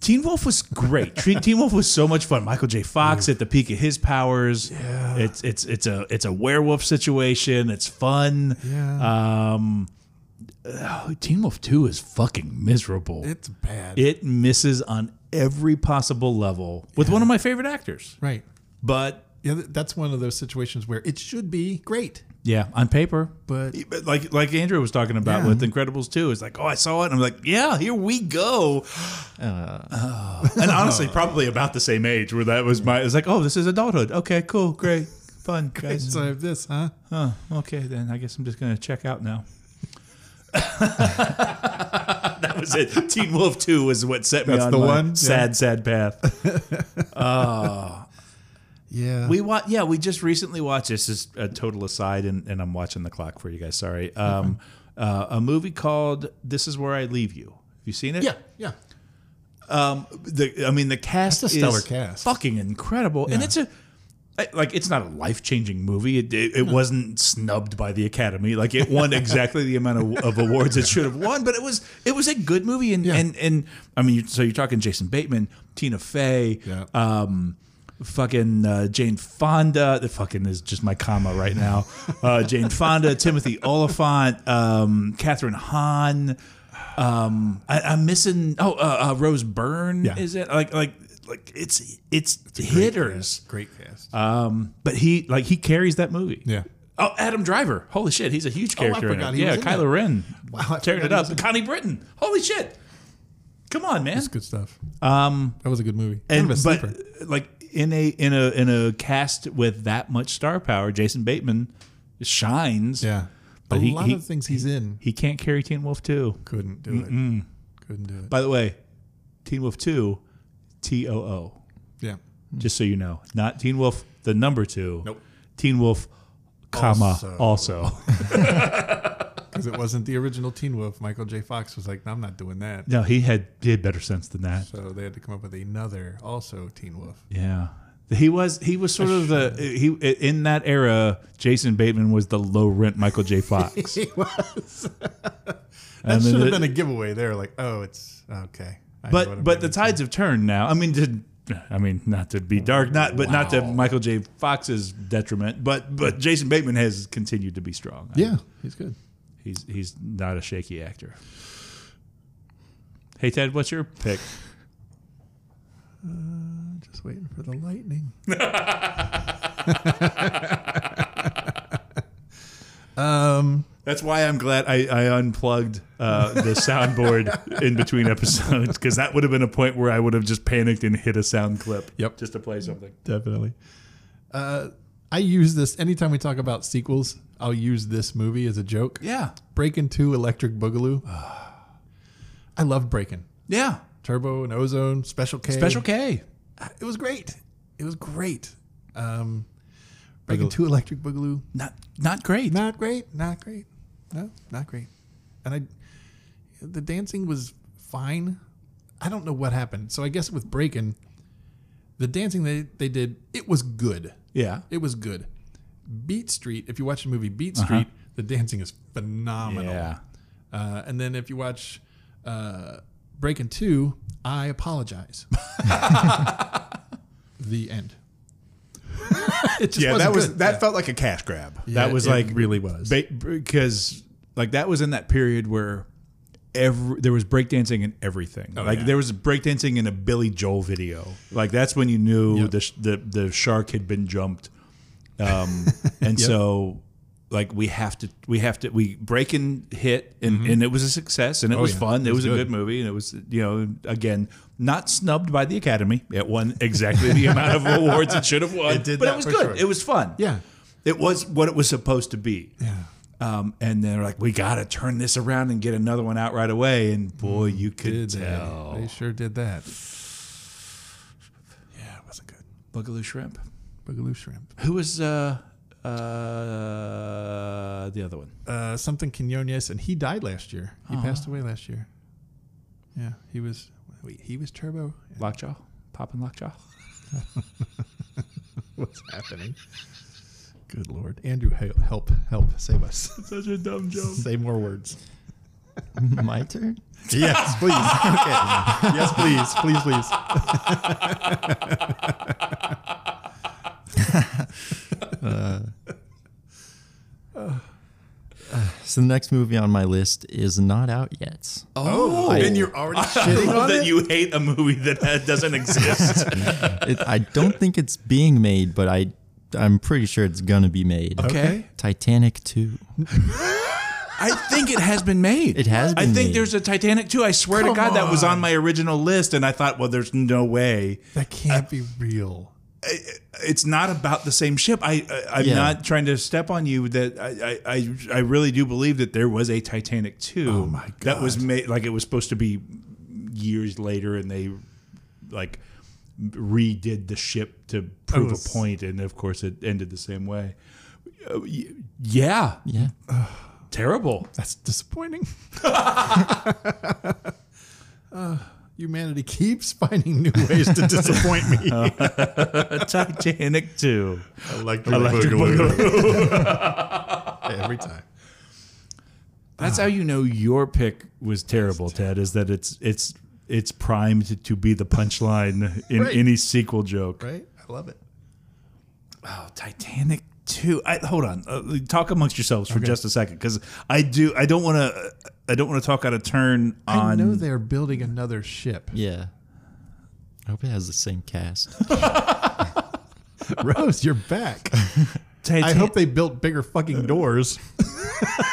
Teen Wolf was great. Teen Teen Wolf was so much fun. Michael J. Fox at the peak of his powers. Yeah. It's it's it's a it's a werewolf situation. It's fun.
Yeah.
Um oh, Teen Wolf 2 is fucking miserable.
It's bad.
it misses on every possible level with one of my favorite actors.
right.
But
Yeah, th- that's one of those situations where it should be great,
yeah, on paper,
but
But like like Andrew was talking about
Yeah.
with Incredibles 2, it's like, oh, I saw it. And I'm like, yeah, here we go.
Uh.
Oh. And honestly, probably about the same age where that was my, it's like, oh, this is adulthood. Okay, cool, great, fun, guys.
so I have uh, this, huh?
Huh, okay, then I guess I'm just going to check out now. that was it. Teen Wolf 2 was what set me
That's
on
the
my
one? Yeah.
sad, sad path.
Yeah.
We watch. Yeah, we just recently watched. This is a total aside, and, and I'm watching the clock for you guys. Sorry. Um, uh, a movie called "This Is Where I Leave You." Have you seen it?
yeah, yeah.
The, I mean, the cast
That's a stellar
is
cast.
fucking incredible, and it's a. I- Like it's not a life changing movie. It, it, it wasn't snubbed by the Academy. Like it won exactly the amount of, of awards it should have won. But it was it was a good movie. And and, and I mean, you- so you're talking Jason Bateman, Tina Fey,
Yeah.
um, fucking uh, Jane Fonda. The fucking is just my comma right now. Uh, Jane Fonda, Timothy Oliphant, um, Catherine Hahn. Um, I, I'm missing. Oh, uh, uh, Rose Byrne
Yeah.
is it? Like, like, like it's it's, hitters.
Great cast.
Um, but he like he carries that movie.
Yeah.
Oh, Adam Driver! Holy shit, he's a huge character. in
Oh, forgot
it.
he
yeah,
was in
Kylo
that.
Ren.
Wow, I
tearing it
forgot he
up.
was in-
Connie Britton. Holy shit! Come on, man
It's good stuff. Um, that was a good movie.
and
kind of a
but uh,
sleeper.
like in a in a in a cast with that much star power, Jason Bateman shines.
yeah,
but
a
he-
lot
he-
of the things he's in
he can't carry Teen Wolf two.
couldn't do it. Couldn't do it.
By the way, Teen Wolf two, T O O.
yeah,
Just so you know, not Teen Wolf the number two.
Hmm. Nope.
Teen Wolf, comma
Also.
also.
because it wasn't the original Teen Wolf. Michael J. Fox was like, "No, I'm not doing that."
no, he had he had better sense than that.
So they had to come up with another, also Teen Wolf.
Yeah. He was he was sort of the he in that era. Jason Bateman was the low rent Michael J. Fox.
He was.
And
that
then
should
the-
have been a giveaway. There, like, oh, it's okay. I know what
but
I'm
but the
getting
tides have turned now. I mean, to, I mean, not to be dark, not but not to Michael J. Fox's detriment. But but Jason Bateman has continued to be strong.
into. yeah, he's good.
he's he's not a shaky actor. Hey Ted, what's your pick?
Just waiting for the lightning. um,
That's why I'm glad I, I unplugged uh, the soundboard in between episodes because that would have been a point where I would have just panicked and hit a sound clip.
Yep.
just to play something.
definitely. Uh, I use this anytime we talk about sequels. I'll use this movie as a joke.
Yeah,
Breaking Two, Electric Boogaloo. I love Breaking.
yeah.
Turbo and Ozone, Special K.
Special K.
It was great. It was great. Um, Breaking Two, Electric Boogaloo.
Not not great.
Not great. Not great. No, not great. And I, the dancing was fine. I don't know what happened. So I guess with Breaking, the dancing they, they did, it was good.
Yeah.
It was good. Beat Street, if you watch the movie Beat Street, the dancing is phenomenal.
Uh-huh. Yeah.
Uh, and then if you watch uh, Breaking Two, I apologize. the end. it just
yeah,
wasn't
that was
good.
that
Yeah.
felt like a cash grab.
Yeah,
that was
it
like
really was.
because like that was in that period where every there was breakdancing in everything. like
Oh, yeah.
there was breakdancing in a Billy Joel video. Like that's when you knew
Yep.
the, sh- the the shark had been jumped. Um, and so like we have to we have to we break and hit and, and it was a success and it was
Mm-hmm. Oh, yeah.
fun. It,
It
was,
was
a
good.
good movie and it was you know again not snubbed by the Academy. It won exactly the amount of awards it should have won.
It did
but it
that
was
for
good.
sure.
It was fun.
Yeah.
It was what it was supposed to be.
Yeah.
Um, and they're like, we got to turn this around and get another one out right away. And boy, you could
did they?
Mm, tell.
They sure did that. Yeah, it wasn't good.
Boogaloo Shrimp.
Boogaloo shrimp.
Who was uh, uh, the other one?
Uh, something Quinones, and he died last year. He passed away last year. Yeah, he was. Wait, he was Turbo.
Lockjaw? Poppin' Lockjaw?
What's happening? Good lord, Andrew, he- help, help, save us.
Such a dumb joke.
Say more words.
My turn.
Yes, please. okay. Yes, please. Please, please.
So the next movie on my list is not out yet.
Oh, and you're already shitting on
that
it.
you hate a movie that ha- doesn't exist.
It, I don't think it's being made, but I I'm pretty sure it's gonna be made.
Okay.
Titanic 2.
I think it has been made.
It has
I
been
think
made.
there's a Titanic too. I swear to
Come
God, that was
on.
on my original list, and I thought, well, there's no way.
That can't be real.
It's not about the same ship. I, I I'm
Yeah.
not trying to step on you. That I, I I I really do believe that there was a Titanic two. Oh
my
That was
God.
made like it was supposed to be years later, and they like redid the ship to prove
was-
a point, and of course it ended the same way. Uh, y- Yeah,
Yeah.
terrible.
That's disappointing. Uh, humanity keeps finding new ways to disappoint me.
A Titanic two.
Electric,
Electric
Every time.
That's how you know your pick was terrible, Ted. Is that it's it's it's primed to be the punchline in
Right.
any sequel joke.
Right? I love it.
Oh, Titanic two. I, hold on. Uh, talk amongst yourselves for just a second, because I do. I don't want to. I don't want to talk out of turn
I
on.
know they're building another ship.
Yeah. I hope it has the same cast.
Rose, you're back.
Titan-
I hope they built bigger fucking doors.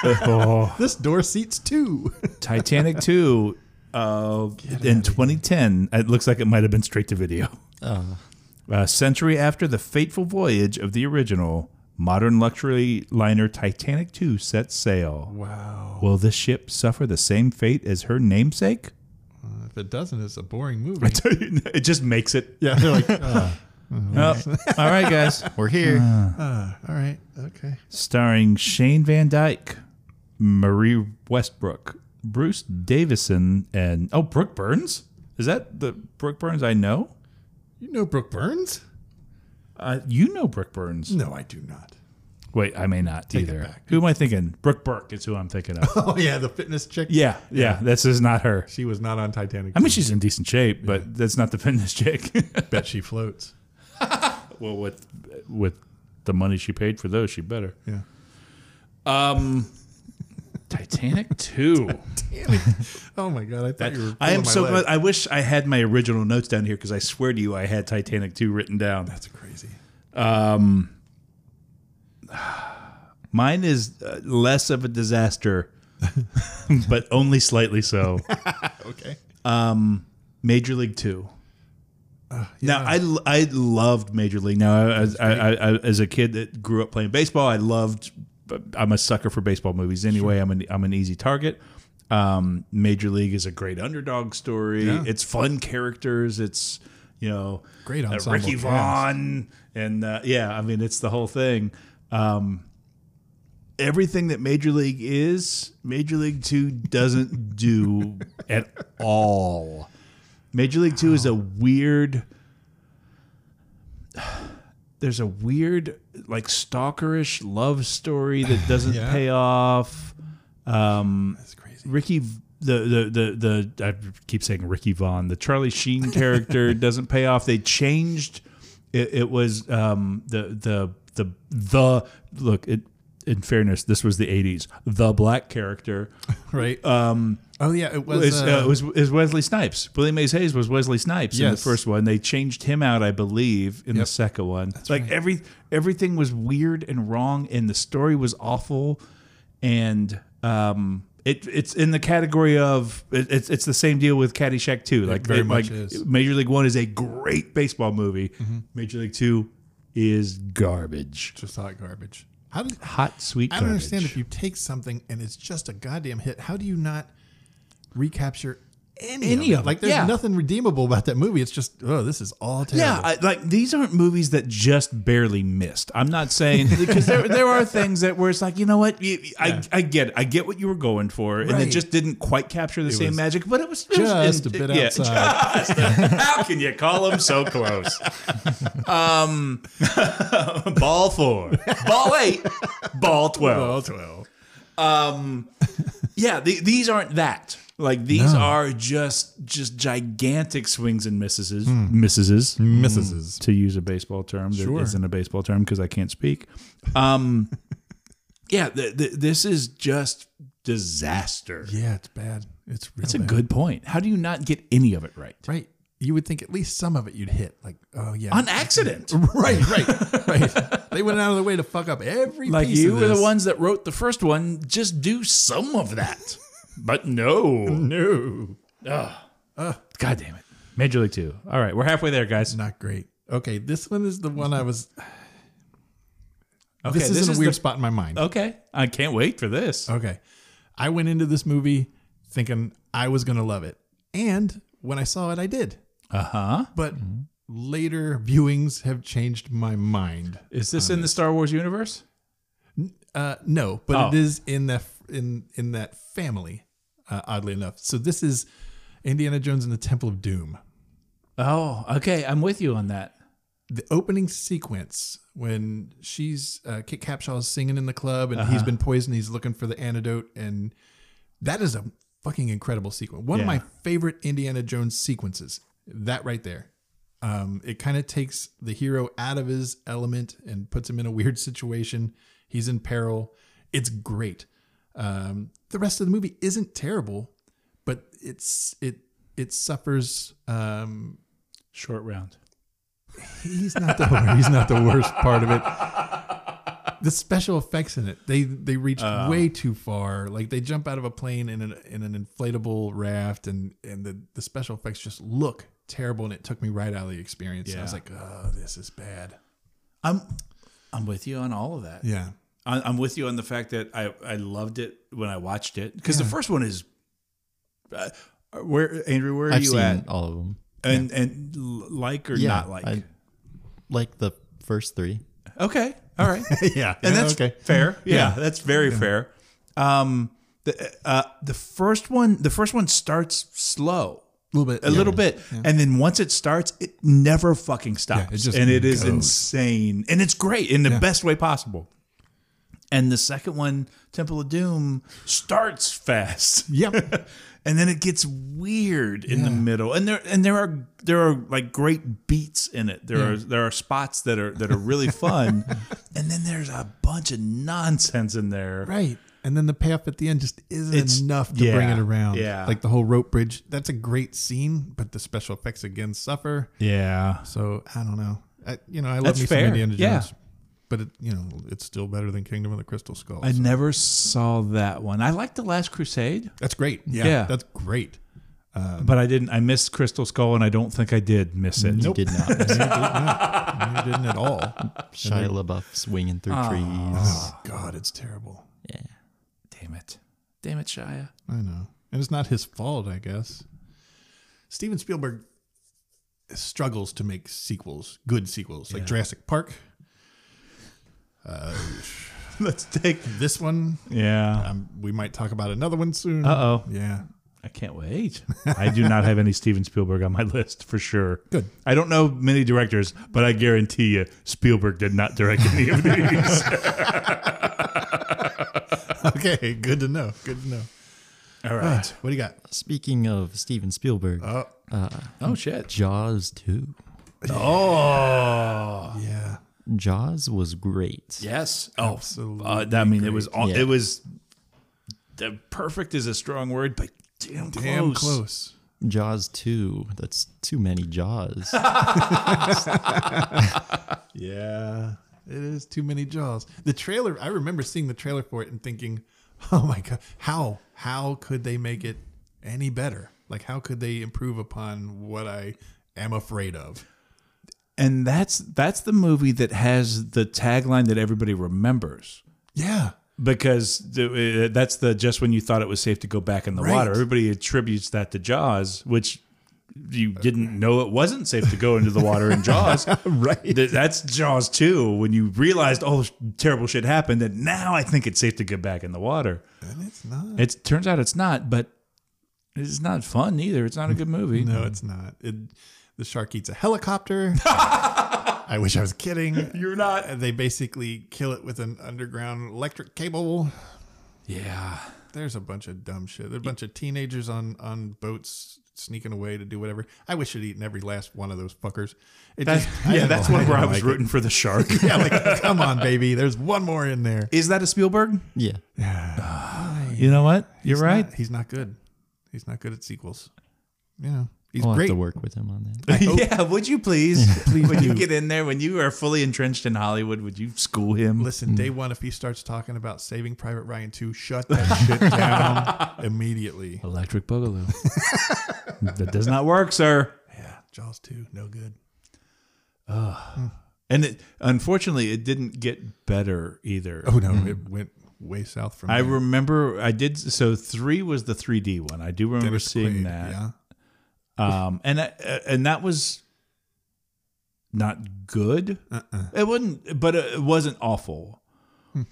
Oh.
This door seats two.
Titanic two. Uh, in 2010, it looks like it might have been straight to video. Uh. A century after the fateful voyage of the original, modern luxury liner Titanic II sets sail.
Wow.
Will this ship suffer the same fate as her namesake?
If it doesn't, it's a boring movie.
I tell you, it just makes it.
Yeah, they're like, uh,
Oh, all right, guys.
We're here.
all right, okay.
Starring Shane Van Dyke, Marie Westbrook, Bruce Davison, and oh, Brooke Burns. Is that the Brooke Burns I know?
You know Brooke Burns?
Uh, you know Brooke Burns.
No, I do not.
Wait, I may not
Take it
either.
back.
Who am I thinking? Brooke Burke is who I'm thinking of.
Oh yeah, the fitness chick.
yeah, yeah, this is not her.
she was not on Titanic.
I mean, she's in decent shape, but that's not the fitness chick.
bet she floats.
well, with with the money she paid for those, she better.
Yeah.
Um, Titanic two.
Oh my god, I thought you were.
I am
pulling my
so
leg.
glad. I wish I had my original notes down here because I swear to you, I had Titanic two written down.
That's crazy.
Mine is uh, less of a disaster, but only slightly so.
Okay.
Major League Two.
Uh,
Now I, l- I loved Major League. Now as I, I, I, as a kid that grew up playing baseball, I loved. I'm a sucker for baseball movies. Anyway, I'm an I'm an easy target. Um, Major League is a great underdog story.
Yeah.
It's fun characters. It's you know
Great
uh,
ensemble
Ricky
cast.
Vaughn and uh, yeah, I mean it's the whole thing. Um, everything that Major League is, Major League Two doesn't do at all. Major League Two is a weird. There's a weird, like stalkerish love story that doesn't
Yeah.
pay off. Um,
That's crazy.
Ricky, V- the, the the the I keep saying Ricky Vaughn, the Charlie Sheen character doesn't pay off. They changed. It, it was um, the the the the look. It, in fairness, this was the '80s. The black character
Right. Um. Oh yeah, it was.
is,
uh,
uh, was is Wesley Snipes. Willie Mays Hayes was Wesley Snipes in the
Yes.
first one. They changed him out, I believe, in the
Yep.
second one. like every everything was weird and wrong, and the story was awful, and um. It, it's in the category of it, it's it's the same deal with Caddyshack two. Like
very
it-
much
like,
is. Mm-hmm.
Major League One is a great baseball movie. Major League Two is garbage,
just hot garbage. How did?
hot sweet. garbage.
I don't understand if you take something and it's just a goddamn hit. How do you not recapture any,
Any of
of it?
it,
Like, there's
yeah.
nothing redeemable about that movie. It's just, oh, this is all terrible.
Yeah, I, like these aren't movies that just barely missed. I'm not saying because there, there are things that where it's like you know what you, I I get it. I get what you were going for, and it
Right.
just didn't quite capture the same
was
magic. But it was it was-
just a
and-
bit
yeah,
outside.
How can you call them so close? Um, ball four, ball eight, ball twelve.
twelve.
Um, Yeah, the, these aren't that. Like these are just just gigantic swings and misses,
Hmm.
misses, misses. To use a baseball term that
Sure.
not a baseball term because I can't speak. Um, yeah, th th this is just disaster.
Yeah, it's bad. It's real
That's a
bad.
good point. How do you not get any of it right?
right. You would think at least some of it you'd hit. Like, oh yeah,
On accident.
right, right, right. They went out of their way to fuck up every
Like
piece
you
of
were the
this.
ones that wrote the first one. Just do some of that. but no, no. God damn it. Major League Two. All right, we're halfway there, guys.
Not great. Okay, this one is the one I was.
Okay,
this, is in a
is
weird
the- Oh.
spot in my mind.
Okay, I can't wait for this.
Okay. I went into this movie thinking I was going to love it. And when I saw it, I did.
Uh-huh.
Uh huh. But
Mm-hmm.
later viewings have changed my mind.
Is this in the Star Wars universe?
Uh, no, but
Oh.
it is in that in in that family, uh, oddly enough. So this is Indiana Jones and the Temple of Doom.
Oh, okay, I'm with you on that.
the opening sequence when she's uh, Kit Capshaw is singing in the club and he's been poisoned. He's looking for the antidote, and that is a fucking incredible sequence. One of my
Yeah.
favorite Indiana Jones sequences. That right there. Um, it kind of takes the hero out of his element and puts him in a weird situation. He's in peril. It's great. Um, the rest of the movie isn't terrible, but it's it it suffers um,
Short round.
He's not the he's not the worst part of it. The special effects in it they they reach
Oh.
way too far. Like they jump out of a plane in an in an inflatable raft, and and the the special effects just look terrible. And it took me right out of the experience. I was
Yeah.
like, oh, this is bad.
I'm I'm with you on all of that.
Yeah,
I- I'm with you on the fact that I, I loved it when I watched it because the first one is uh, where Andrew where are
I've
you
seen
at
all of them.
and and l- like or not like
I like the first three.
okay all right
yeah,
and that's
okay.
fair. Yeah, that's very fair. Um, the uh, the first one, the first one starts slow,
A little bit,
a little bit, and then once it starts, it never fucking stops,
it just
and it is
goes.
insane, and it's great in the best way possible. And the second one, Temple of Doom, starts fast.
Yep.
And then it gets weird in the middle, and there and there are there are like great beats in it. There are there are spots that are that are really fun, and then there's a bunch of nonsense in there.
Right. And then the payoff at the end just isn't
It's-
enough to
yeah,
bring it around.
yeah.
Like the whole rope bridge. That's a great scene, but the special effects again suffer.
Yeah,
So I don't know. I, you know, I
That's
love me
fair.
some Indiana Jones,
Yeah.
but it, you know, it's still better than Kingdom of the Crystal Skull.
I
so-
never saw that one. I liked the Last Crusade,
that's great. Yeah,
Yeah.
that's great.
but I didn't. I missed Crystal Skull, and I don't think I did miss it.
You did not. miss it.
You didn't at all.
Shia LaBeouf swinging through
Ah.
trees.
Oh, God, it's terrible.
Yeah.
Damn it, damn it, Shia.
I know, and it's not his fault, I guess. Steven Spielberg struggles to make sequels, good sequels, like Jurassic Park. Uh,
Let's take.
This one,
Yeah.
um, we might talk about another one soon.
Uh oh.
Yeah,
I can't wait. I do not have any Steven Spielberg on my list for sure.
Good.
I don't know many directors, but I guarantee you Spielberg did not direct any of these.
okay, good to know. Good to know.
All right.
What do you got?
Speaking of Steven Spielberg,
Ah. Oh shit.
Jaws 2.
Oh.
Yeah,
Jaws was great.
Yes. Oh.
Absolutely
Uh, that- I mean it was all,
Yeah.
it was the perfect is a strong word, but damn close.
damn close.
Jaws 2. That's too many Jaws.
Yeah. It is too many jaws. The trailer, I remember seeing the trailer for it and thinking, "Oh my god, how how could they make it any better? Like how could they improve upon what I am afraid of?"
And that's that's the movie that has the tagline that everybody remembers.
Yeah.
because the, uh, that's the just when you thought it was safe to go back in the water.
Right.
Everybody attributes that to Jaws, which you didn't know it wasn't safe to go into the water in Jaws. right. That's Jaws too. When you realized, oh, terrible shit happened, and now I think it's safe to get back in the water.
And it's not.
It turns out it's not, but it's not fun either. It's not a good movie.
No, it's not. It, the shark eats a helicopter. I wish I was kidding.
You're not.
They basically kill it with an underground electric cable.
Yeah.
there's a bunch of dumb shit. There's a bunch of teenagers on on boats sneaking away to do whatever. I wish I'd eaten every last one of those fuckers. It
That-
just-
yeah,
don't
that's
know.
one where I
don't
was
like it.
rooting for the shark.
Yeah, like come on, baby. There's one more in there.
Is that a Spielberg?
Yeah.
You know what? You're
He's
right.
not- he's not good. He's not good at sequels. You know, he's
I'll
great.
have to work with him on that.
yeah, would you please?
Please
when you
do.
get in there, when you are fully entrenched in Hollywood, would you school him?
Listen, day one, if he starts talking about Saving Private Ryan 2, shut that shit down immediately.
Electric Boogaloo. that does not work, sir.
Yeah, Jaws 2, no good.
And it, unfortunately, it didn't get better either.
Oh, no, it went way south from
Hmm. I
there.
remember I did. So three was the 3D one. I do remember
Dennis
seeing
Quaid,
that.
Yeah.
um, and I, uh, and that was not good.
Uh-uh.
It wasn't, but it wasn't awful.
Hmm.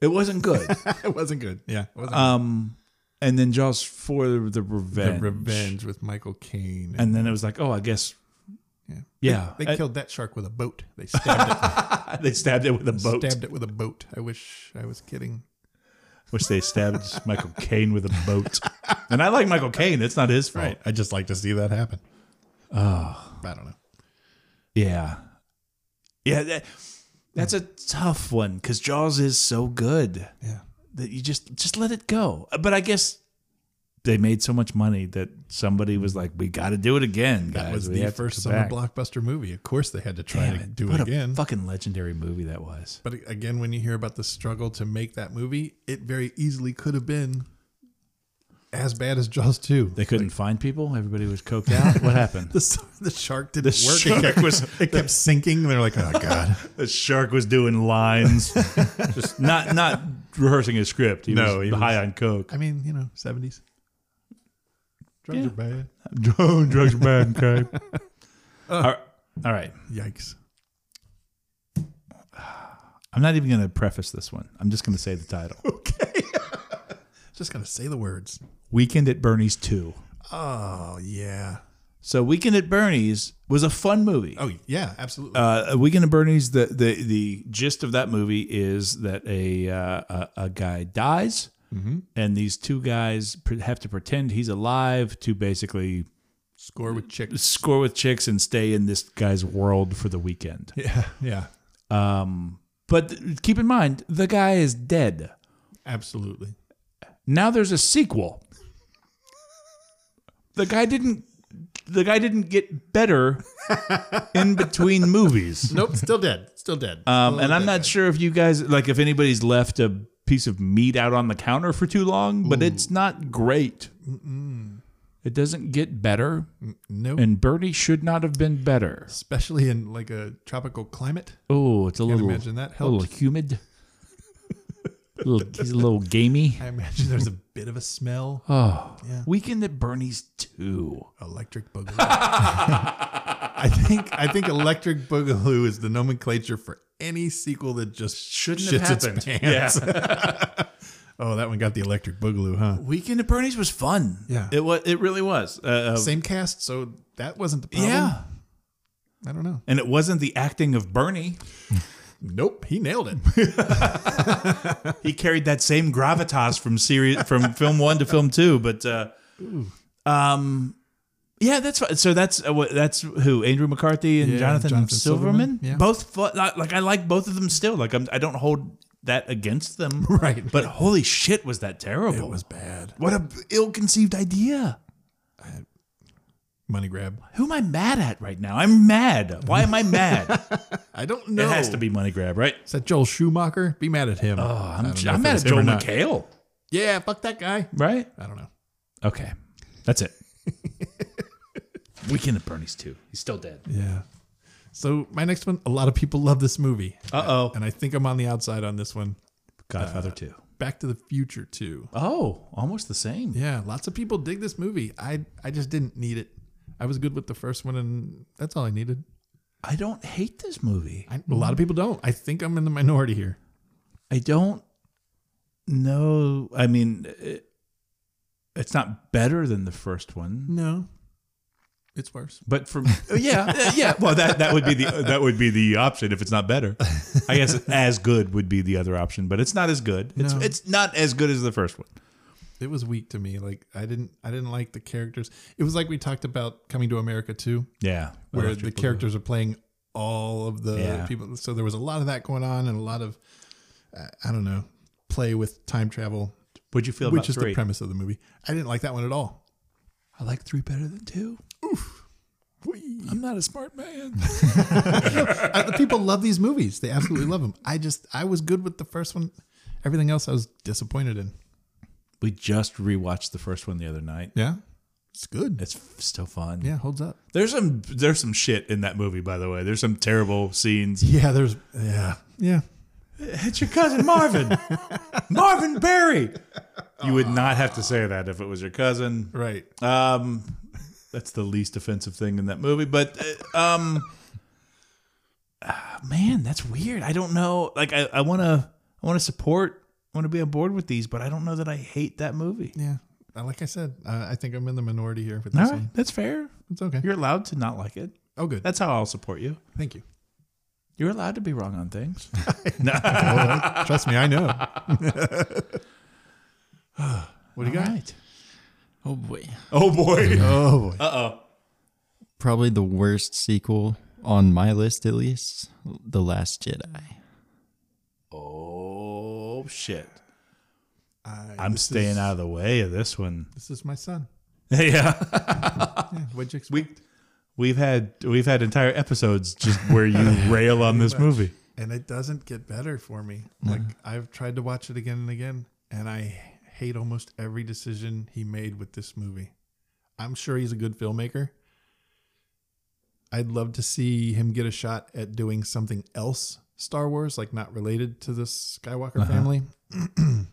It wasn't good.
it wasn't good. Yeah. It wasn't
um, and then Jaws for the
good.
revenge.
The Revenge with Michael Caine.
And then it was like, oh, I guess
yeah.
yeah.
They
And
killed that shark with a boat. They stabbed
they stabbed it with a
it,
boat,
stabbed it with a boat. I wish I was kidding.
which they stabbed Michael Caine with a boat. And I like Michael Caine. It's not his fault.
I just like to see that happen. Oh. I don't know.
Yeah. Yeah. That, that's a tough one because Jaws is so good.
Yeah.
that you just just let it go. But I guess they made so much money that somebody was like, "We got to do it again."
That
guys.
was
We
the
have to
first
come
summer
back."
blockbuster movie. Of course, they had to try
Damn
to
it.
do
what
it again.
A fucking legendary movie that was.
But again, when you hear about the struggle to make that movie, it very easily could have been as bad as Jaws 2.
They couldn't find people. Everybody was coked out. What happened?
the, s- the shark didn't
The
work.
shark
it kept,
was-
it kept sinking. They're like, oh god,
the shark was doing lines, just not not rehearsing his script. He
No,
was
he
high on coke.
I mean, you know, seventies drugs
Yeah.
are bad.
Drugs are bad. Okay. all right. All right.
Yikes!
I'm not even going to preface this one. I'm just going to say the title.
Just gotta say the words.
Weekend at Bernie's 2.
Oh yeah.
So Weekend at Bernie's was a fun movie.
Oh yeah. Absolutely.
Uh, Weekend at Bernie's. The, the the gist of that movie is that a uh, a, a guy dies, and these two guys pre- have to pretend he's alive to basically
Score with chicks.
score with chicks and stay in this guy's world for the weekend.
Yeah. Yeah.
But th- keep in mind, the guy is dead.
Absolutely.
Now there's a sequel. The guy didn't. The guy didn't get better in between movies.
Nope. Still dead. Still dead.
Um, and I'm not sure if you guys like if anybody's left a piece of meat out on the counter for too long, but it's not great. It doesn't get better,
Nope.
and Bernie should not have been better.
Especially in like a tropical climate.
Oh, it's a little
imagine that
a little
helped.
humid. A little, he's a little gamey.
I imagine there's a bit of a smell.
Uh, Weekend at Bernie's too.
Electric Boogaloo. I think I think Electric Boogaloo is the nomenclature for any sequel that just shouldn't shits
have
its
happened.
pants. oh, that one got the Electric Boogaloo, huh?
Weekend at Bernie's was fun.
Yeah.
it was. It really was. Uh, uh,
Same cast, so that wasn't the problem.
yeah,
I don't know.
and it wasn't the acting of Bernie.
Nope, he nailed it.
he carried that same gravitas from series from film one to film two. But uh, um, yeah, that's fi- so that's uh, what that's who Andrew McCarthy and
Yeah,
Jonathan,
Jonathan
Silverman.
Silverman, yeah.
Both fu- like like, I like both of them still. Like I'm, I don't hold that against them.
Right.
But holy shit, was that terrible?
It was bad.
What a ill-conceived idea.
Money grab.
Who am I mad at right now? I'm mad. Why am I mad?
I don't know.
It has to be money grab, right?
Is that Joel Schumacher? Be mad at him. Oh,
I'm, I'm mad at Joel McHale,
Yeah, fuck that guy.
right?
I don't know.
Okay. That's it. Weekend at Bernie's too. He's still dead.
Yeah. So my next one, a lot of people love this movie.
Uh-oh.
And I think I'm on the outside on this one.
Godfather too.
Back to the Future 2.
Oh, almost the same.
Yeah, lots of people dig this movie. I I just didn't need it. I was good with the first one and that's all I needed.
I don't hate this movie.
I, a lot of people don't. I think I'm in the minority here.
I don't know. I mean, it, it's not better than the first one,
No. It's worse.
but for uh, yeah, yeah, yeah. Well, that that would be the uh, that would be the option if it's not better. I guess as good would be the other option, but it's not as good. It's
No.
it's not as good as the first one.
it was weak to me. Like I didn't I didn't like the characters. It was like we talked about coming to America too,
Yeah,
where
Electric
the
Boogaloo.
characters are playing all of the
Yeah.
people. So there was a lot of that going on and a lot of uh, I don't know play with time travel,
What'd you feel
which
about
is
three?
the premise of the movie. I didn't like that one at all.
I like three better than two. I'm not a smart man.
Uh, the people love these movies; they absolutely love them. I just I was good with the first one. Everything else I was disappointed in.
we just rewatched the first one the other night.
Yeah, it's good.
It's f- still fun.
yeah, holds up.
There's some there's some shit in that movie, by the way. There's some terrible scenes.
Yeah, there's yeah yeah.
It's your cousin Marvin. Marvin Barry. You would not have to say that if it was your cousin.
Right.
Um, that's the least offensive thing in that movie. But uh, um, ah, man, that's weird. I don't know. Like, I I want to I want to support. I want to be on board with these, but I don't know that I hate that movie.
Yeah. Uh, Like I said, uh, I think I'm in the minority here with this
All right,
one.
that's fair.
It's okay.
You're allowed to not like it.
oh, good.
That's how I'll support you.
Thank you.
You're allowed to be wrong on things.
Trust me, I know. what do you got?
right.
Oh boy.
Oh boy.
Oh boy.
Probably the worst sequel on my list, at least. The Last Jedi.
Oh shit.
I-
I'm
this
staying
is-
out of the way of this one.
This is my son.
yeah.
Yeah, what'd you expect?
We we've had we've had entire episodes just where you rail on this movie.
and it doesn't get better for me. Like I've tried to watch it again and again, and I hate almost every decision he made with this movie. I'm sure he's a good filmmaker. I'd love to see him get a shot at doing something else Star Wars, like not related to this Skywalker family.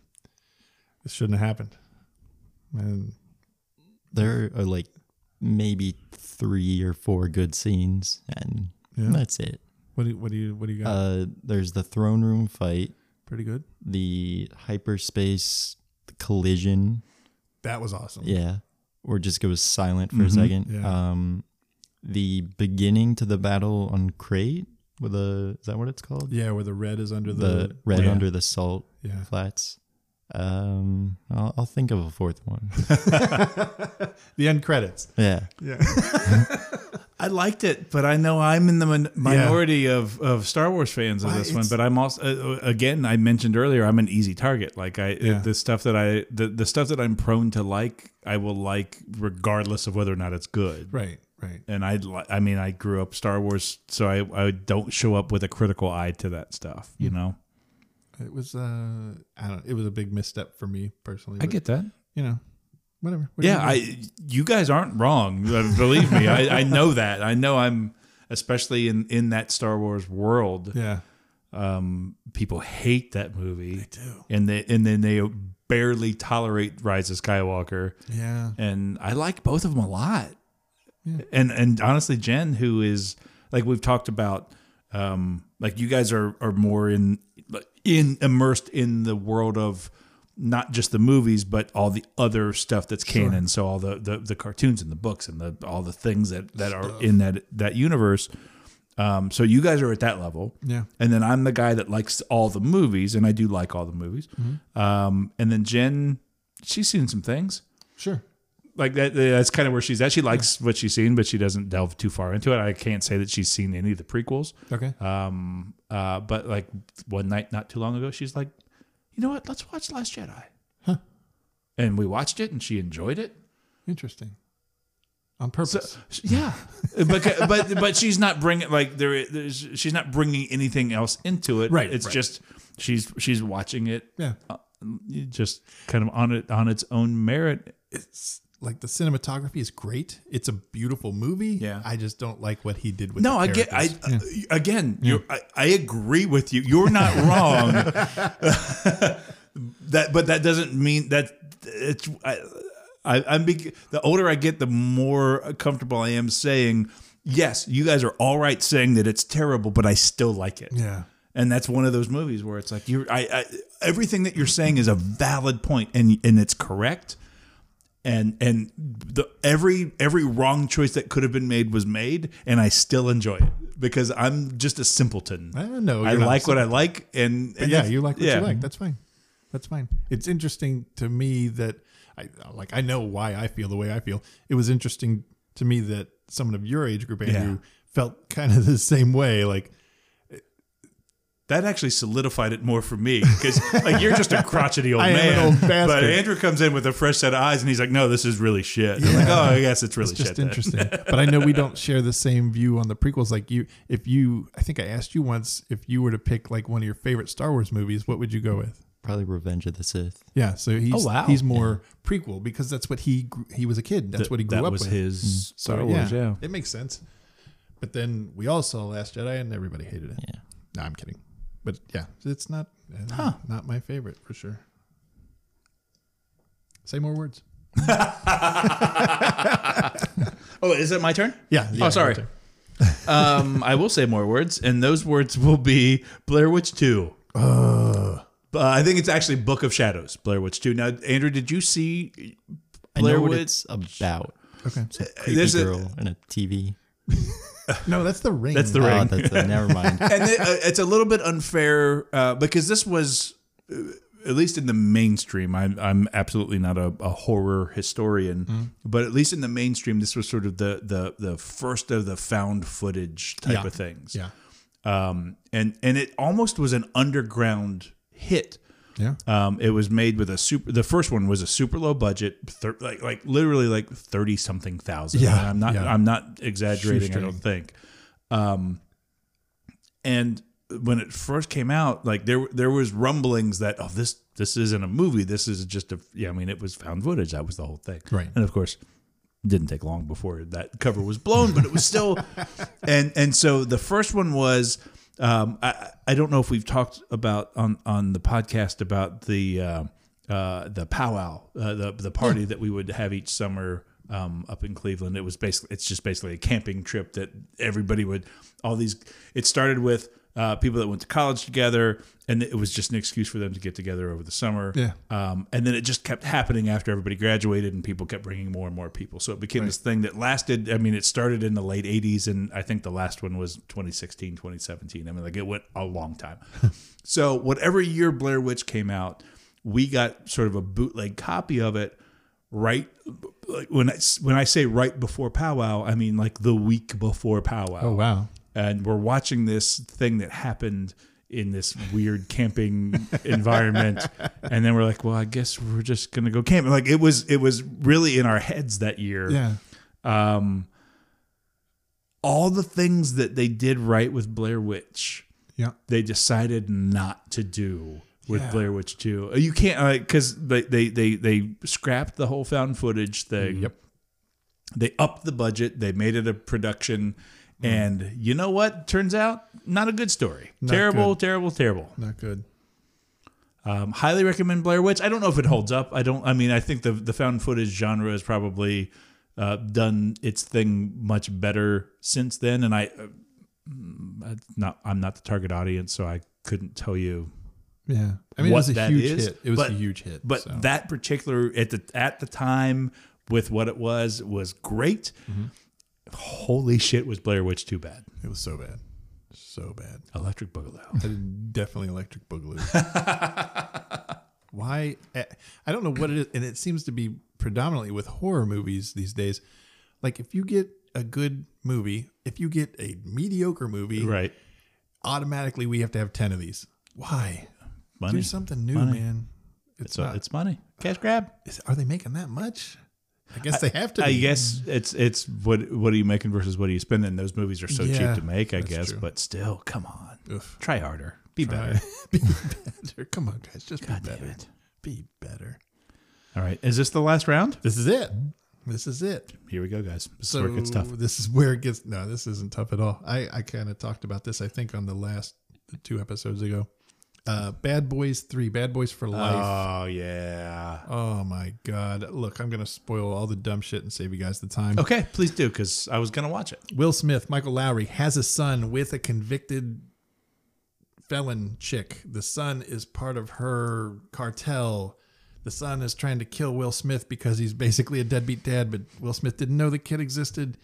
this shouldn't have happened. And
There are like maybe three or four good scenes, and that's it.
what do you, what do you what do you got?
Uh, there's the throne room fight,
Pretty good.
the hyperspace collision.
That was awesome.
Yeah. Or just goes silent for a
Mm-hmm.
second.
yeah.
Um, the beginning to the battle on Crate with a is that what it's called?
Yeah, where the red is under
the,
the,
red under the salt
Yeah.
flats. Um, I'll, I'll think of a fourth one.
the end credits.
yeah,
I liked it, but I know I'm in the min- minority of, of Star Wars fans of
Why,
this one.
it's-
But I'm also uh, again I mentioned earlier I'm an easy target. Like I
Yeah.
the stuff that I the, the stuff that I'm prone to like I will like regardless of whether or not it's good.
Right, right.
And I li- I mean I grew up Star Wars, so I I don't show up with a critical eye to that stuff. You know
It was uh, I don't. It was a big misstep for me personally.
I
but,
get that.
you know, whatever. What do
Yeah,
you do?
I you guys aren't wrong. Uh, Believe me, I, I know that. I know I'm especially in in that Star Wars world.
yeah.
Um, people hate that movie. They
do.
and they and then they barely tolerate Rise of Skywalker.
Yeah,
And I like both of them a lot. And and honestly, Jen, who is like we've talked about, um, like you guys are are more in in immersed in the world of not just the movies, but all the other stuff that's canon. So all the, the the cartoons and the books and the all the things that that are in that that universe. Um, so you guys are at that level,
Yeah.
And then I'm the guy that likes all the movies, and I do like all the movies.
Mm-hmm.
Um, and then Jen, she's seen some things
sure.
like that that's kind of where she's at she likes what she's seen but she doesn't delve too far into it i can't say that she's seen any of the prequels
Okay.
um uh but like one night not too long ago she's like you know what let's watch last jedi and we watched it and she enjoyed it
Interesting. On purpose.
yeah but but but she's not bringing like there there's she's not bringing anything else into it
Right,
it's
right.
just she's she's watching it
yeah.
uh, just kind of on it on its own merit
It's like the cinematography is great. It's a beautiful movie.
Yeah.
I just don't like what he did with.
No,
the
I get. I
characters. Yeah.
uh, again, you're, I, I agree with you. You're not wrong. that, but that doesn't mean that it's. I, I, I'm be, the older I get, the more comfortable I am saying. Yes, you guys are all right saying that it's terrible, but I still like it.
Yeah.
And that's one of those movies where it's like you're. I, I everything that you're saying is a valid point, and and it's correct and and the every every wrong choice that could have been made was made and i still enjoy it because i'm just a simpleton
I know.
i like what i like and, and
Yeah,
if-
you like what
yeah.
you like. That's fine. That's fine. It's interesting to me that I like I know why I feel the way I feel. It was interesting to me that someone of your age group, Andrew, felt kind of the same way. Like
That actually solidified it more for me because like you're just a crotchety old
I am
man.
an old
but
bastard.
Andrew comes in with a fresh set of eyes and he's like, "No, this is really shit." And I'm like, oh, I guess it's really
it's just
shit. then."
interesting. but I know we don't share the same view on the prequels. Like you, if you, I think I asked you once if you were to pick like one of your favorite Star Wars movies, what would you go with?
Probably Revenge of the Sith.
Yeah, so he's
Oh, wow.
he's more prequel because that's what he grew, he was a kid. That's what he grew
that
up
was
with. Mm.
his
So
Star Wars. Yeah.
it makes sense. But then we all saw Last Jedi, and everybody hated it.
Yeah.
No, I'm kidding. But yeah, it's not uh, not my favorite for sure. Say more words.
Oh, is it my turn?
Yeah. yeah,
oh, sorry.
okay.
um, I will say more words, and those words will be Blair Witch Two. Uh, I think it's actually Book of Shadows, Blair Witch Two. Now, Andrew, did you see
I
Blair
know what
Witch- Uh,
it's about.
Okay.
Creepy
There's a-
girl and a TV.
No, that's the ring. Uh,
That's the
Oh,
ring.
that's it. Never mind.
and it- uh, it's a little bit unfair uh, because this was, uh, at least in the mainstream, I'm, I'm absolutely not a, a horror historian,
Mm-hmm.
but at least in the mainstream, this was sort of the the the first of the found footage type
Yeah.
of things.
Yeah.
Um, and and it almost was an underground hit.
Yeah.
Um, it was made with a super. The first one was a super low budget, thir- like like literally like thirty something thousand.
Yeah,
I'm not
yeah.
I'm not exaggerating. I don't
Shoestring.
think. Um, and when it first came out, like there there was rumblings that oh this this isn't a movie. This is just a yeah. I mean it was found footage. That was the whole thing.
Right.
And of course, it didn't take long before that cover was blown, but it was still, and and so the first one was, um, I I don't know if we've talked about on on the podcast about the uh, uh, the powwow, uh, the the party that we would have each summer. Um, up in Cleveland, it was basically it's just basically a camping trip that everybody would all these. It started with uh, people that went to college together, and it was just an excuse for them to get together over the summer.
Yeah.
Um, and then it just kept happening after everybody graduated, and people kept bringing more and more people. So it became this thing that lasted. I mean, it started in the late 80s, and I think the last one was 2016, 2017. I mean, like it went a long time. so, whatever year Blair Witch came out, we got sort of a bootleg copy of it right like when I, s- when I say right before powwow i mean like the week before powwow
Oh wow.
and we're watching this thing that happened in this weird camping environment and then we're like well i guess we're just gonna go camping like it was it was really in our heads that year
Yeah.
all the things that they did right with blair witch
Yeah.
they decided not to do with Blair Witch 2. You can't because they, they they they scrapped the whole found footage thing.
Mm, Yep.
They upped the budget. They made it a production,
Mm.
and you know what? Turns out not a good story. terrible,
good.
terrible, terrible.
Not good.
Um, highly recommend Blair Witch. I don't know if it holds up. I don't. I mean, I think the the found footage genre has probably uh, done its thing much better since then. And I, uh, mm, I'm not I'm not the target audience, so I couldn't tell you.
Yeah. I
What
mean, it was a
that
huge
is,
hit. It was
but-
a huge hit.
But
so.
that particular at the at the time with what it was was great.
Mm-hmm.
Holy shit, was Blair Witch too bad?
it was so bad. So bad.
Electric Boogaloo.
I did definitely electric boogaloo. Why? I I don't know what it is, and it seems to be predominantly with horror movies these days. Like if you get a good movie, if you get a mediocre movie,
right.
automatically we have to have ten of these. Why?
Money.
Do something new,
Money.
man. It's,
so
not,
it's money. Cash grab.
is- are they making that much? I guess they have to.
I
be.
guess it's it's what what are you making versus what are you spending? Those movies are so
Yeah,
cheap to make, I
that's
guess,
true.
but still, come on,
Oof.
try harder, be better.
be better. Come on, guys, just
God
be
damn
better.
it!
Be better.
All right, is this the last round?
This is it. This is it.
Here we go, guys. This
So
is where it gets tough.
This is where it gets. No, this isn't tough at all. I I kind of talked about this. I think on the last two episodes ago. Uh, Bad Boys Three, Bad Boys for Life.
Oh yeah.
oh my God! Look, I'm gonna spoil all the dumb shit and save you guys the time.
Okay, please do because I was gonna watch it.
Will Smith, Michael Lowry has a son with a convicted felon chick. The son is part of her cartel. The son is trying to kill Will Smith because he's basically a deadbeat dad, but Will Smith didn't know the kid existed.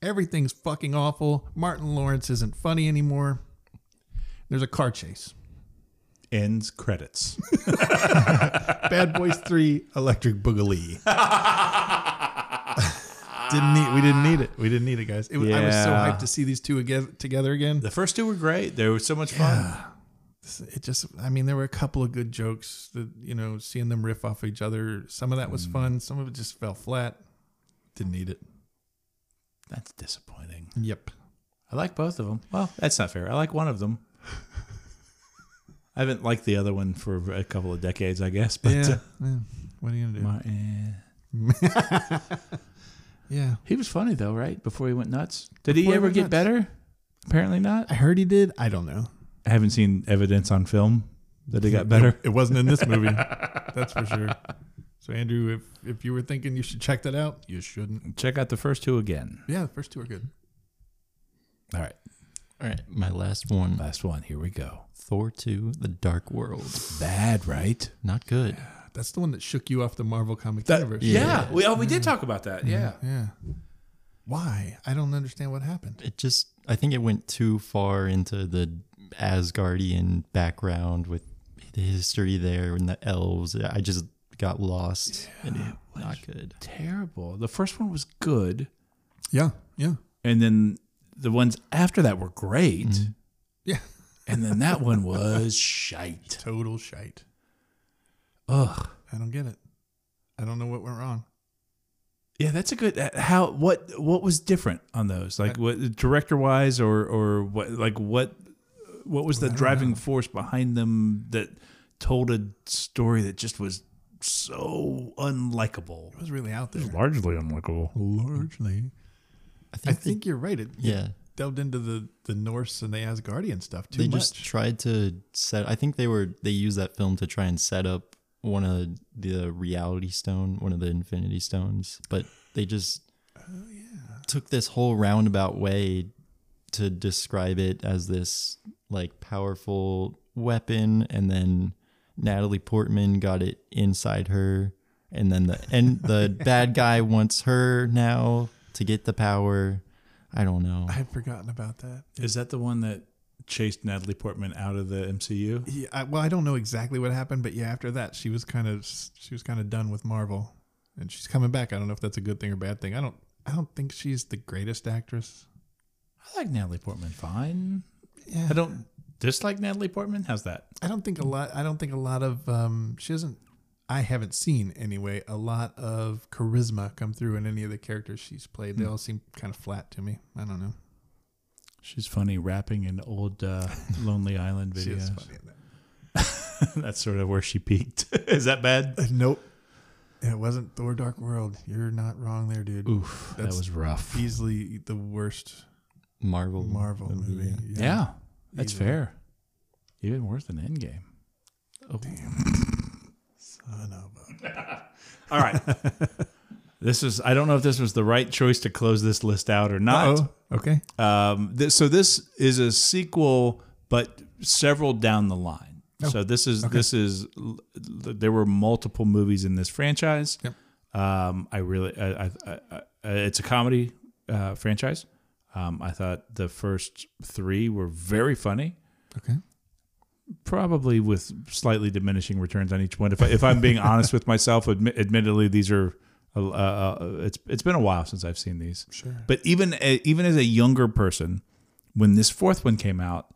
Everything's fucking awful. Martin Lawrence isn't funny anymore. There's a car chase.
Ends credits.
Bad Boys Three, Electric Boogaloo. didn't need. We didn't need it. We didn't need it, guys. It was, I was so
Yeah.
hyped to see these two again together again.
the first two were great. They were so much fun.
It just. I mean, there were a couple of good jokes that you know, seeing them riff off each other. Some of that
Mm.
was fun. Some of it just fell flat. Didn't need it.
That's disappointing.
Yep.
I like both of them. Well, that's not fair. I like one of them. I haven't liked the other one for a couple of decades, I guess. But
Yeah.
uh,
yeah. What are you gonna do?
my, eh.
yeah.
he was funny though, right? Before he went nuts. Did he
Before he
ever
went
get
nuts.
better? Apparently not.
I heard he did. I don't know.
I haven't seen evidence on film that he got better.
It wasn't in this movie. That's for sure. So Andrew, if if you were thinking you should check that out, you shouldn't.
Check out the first two again.
Yeah, the first two are good.
All right,
All right, my last one.
last one. Here we go.
Thor 2, The Dark World.
Bad, right?
Not good.
That's the one that shook you off the Marvel comic universe. Mm-hmm.
yeah. We oh, we did talk about that. Yeah.
Yeah. Why? I don't understand what happened.
It just, I think it went too far into the Asgardian background with the history there and the elves. I just got lost. and it- not good.
Terrible. The first one was good,
Yeah. Yeah.
and then the ones after that were great,
Mm-hmm. Yeah.
and then that one was shite.
Total shite.
Ugh.
I don't get it. I don't know what went wrong.
Yeah, that's a good. uh, How what what was different on those? Like what director wise, or or what like what what was the driving force behind them that told a story that just was so unlikable?
It was really out there.
Largely unlikable.
Largely.
I
I
think, they-
think you're right. It
yeah.
delved into the, the Norse and the Asgardian stuff too
they
much.
just tried to set i think they were they used that film to try and set up one of the reality stone one of the infinity stones but they just took this whole roundabout way to describe it as this like powerful weapon and then natalie portman got it inside her and then the and the bad guy wants her now to get the power i don't know
I had forgotten about that.
Is that the one that chased Natalie Portman out of the MCU?
Yeah, I, well, I don't know exactly what happened, but yeah, after that, she was kind of she was kind of done with Marvel, and she's coming back. I don't know if that's a good thing or bad thing. I don't I don't think she's the greatest actress.
I like Natalie Portman fine.
Yeah,
I don't dislike Natalie Portman. How's that?
I don't think a lot. I don't think a lot of um. She doesn't. I haven't seen anyway a lot of charisma come through in any of the characters she's played. They all seem kind of flat to me. I don't know.
She's funny rapping in old uh, Lonely Island
She is
videos.
funny in that.
That's sort of where she peaked. is that bad?
Nope. It wasn't Thor: Dark World. You're not wrong there, dude.
Oof,
That's-
that was rough.
Easily the worst
marvel
Marvel movie.
Yeah, that's fair. Even worse than Endgame. Oh.
Son of a
All right. this is. I don't know if this was the right choice to close this list out or not.
Oh, okay.
Um, th- so this is a sequel, but several down the line. so this is this is l- l- there were multiple movies in this franchise.
Yep.
Um, I really, I, I, I, I, it's a comedy uh, franchise. Um, I thought the first three were very funny,
Okay.
probably with slightly diminishing returns on each one. If, I, if I'm being honest with myself, admi- admittedly, these are uh, uh, it's it's been a while since I've seen these. Sure. But even a- even as a younger person, when this fourth one came out,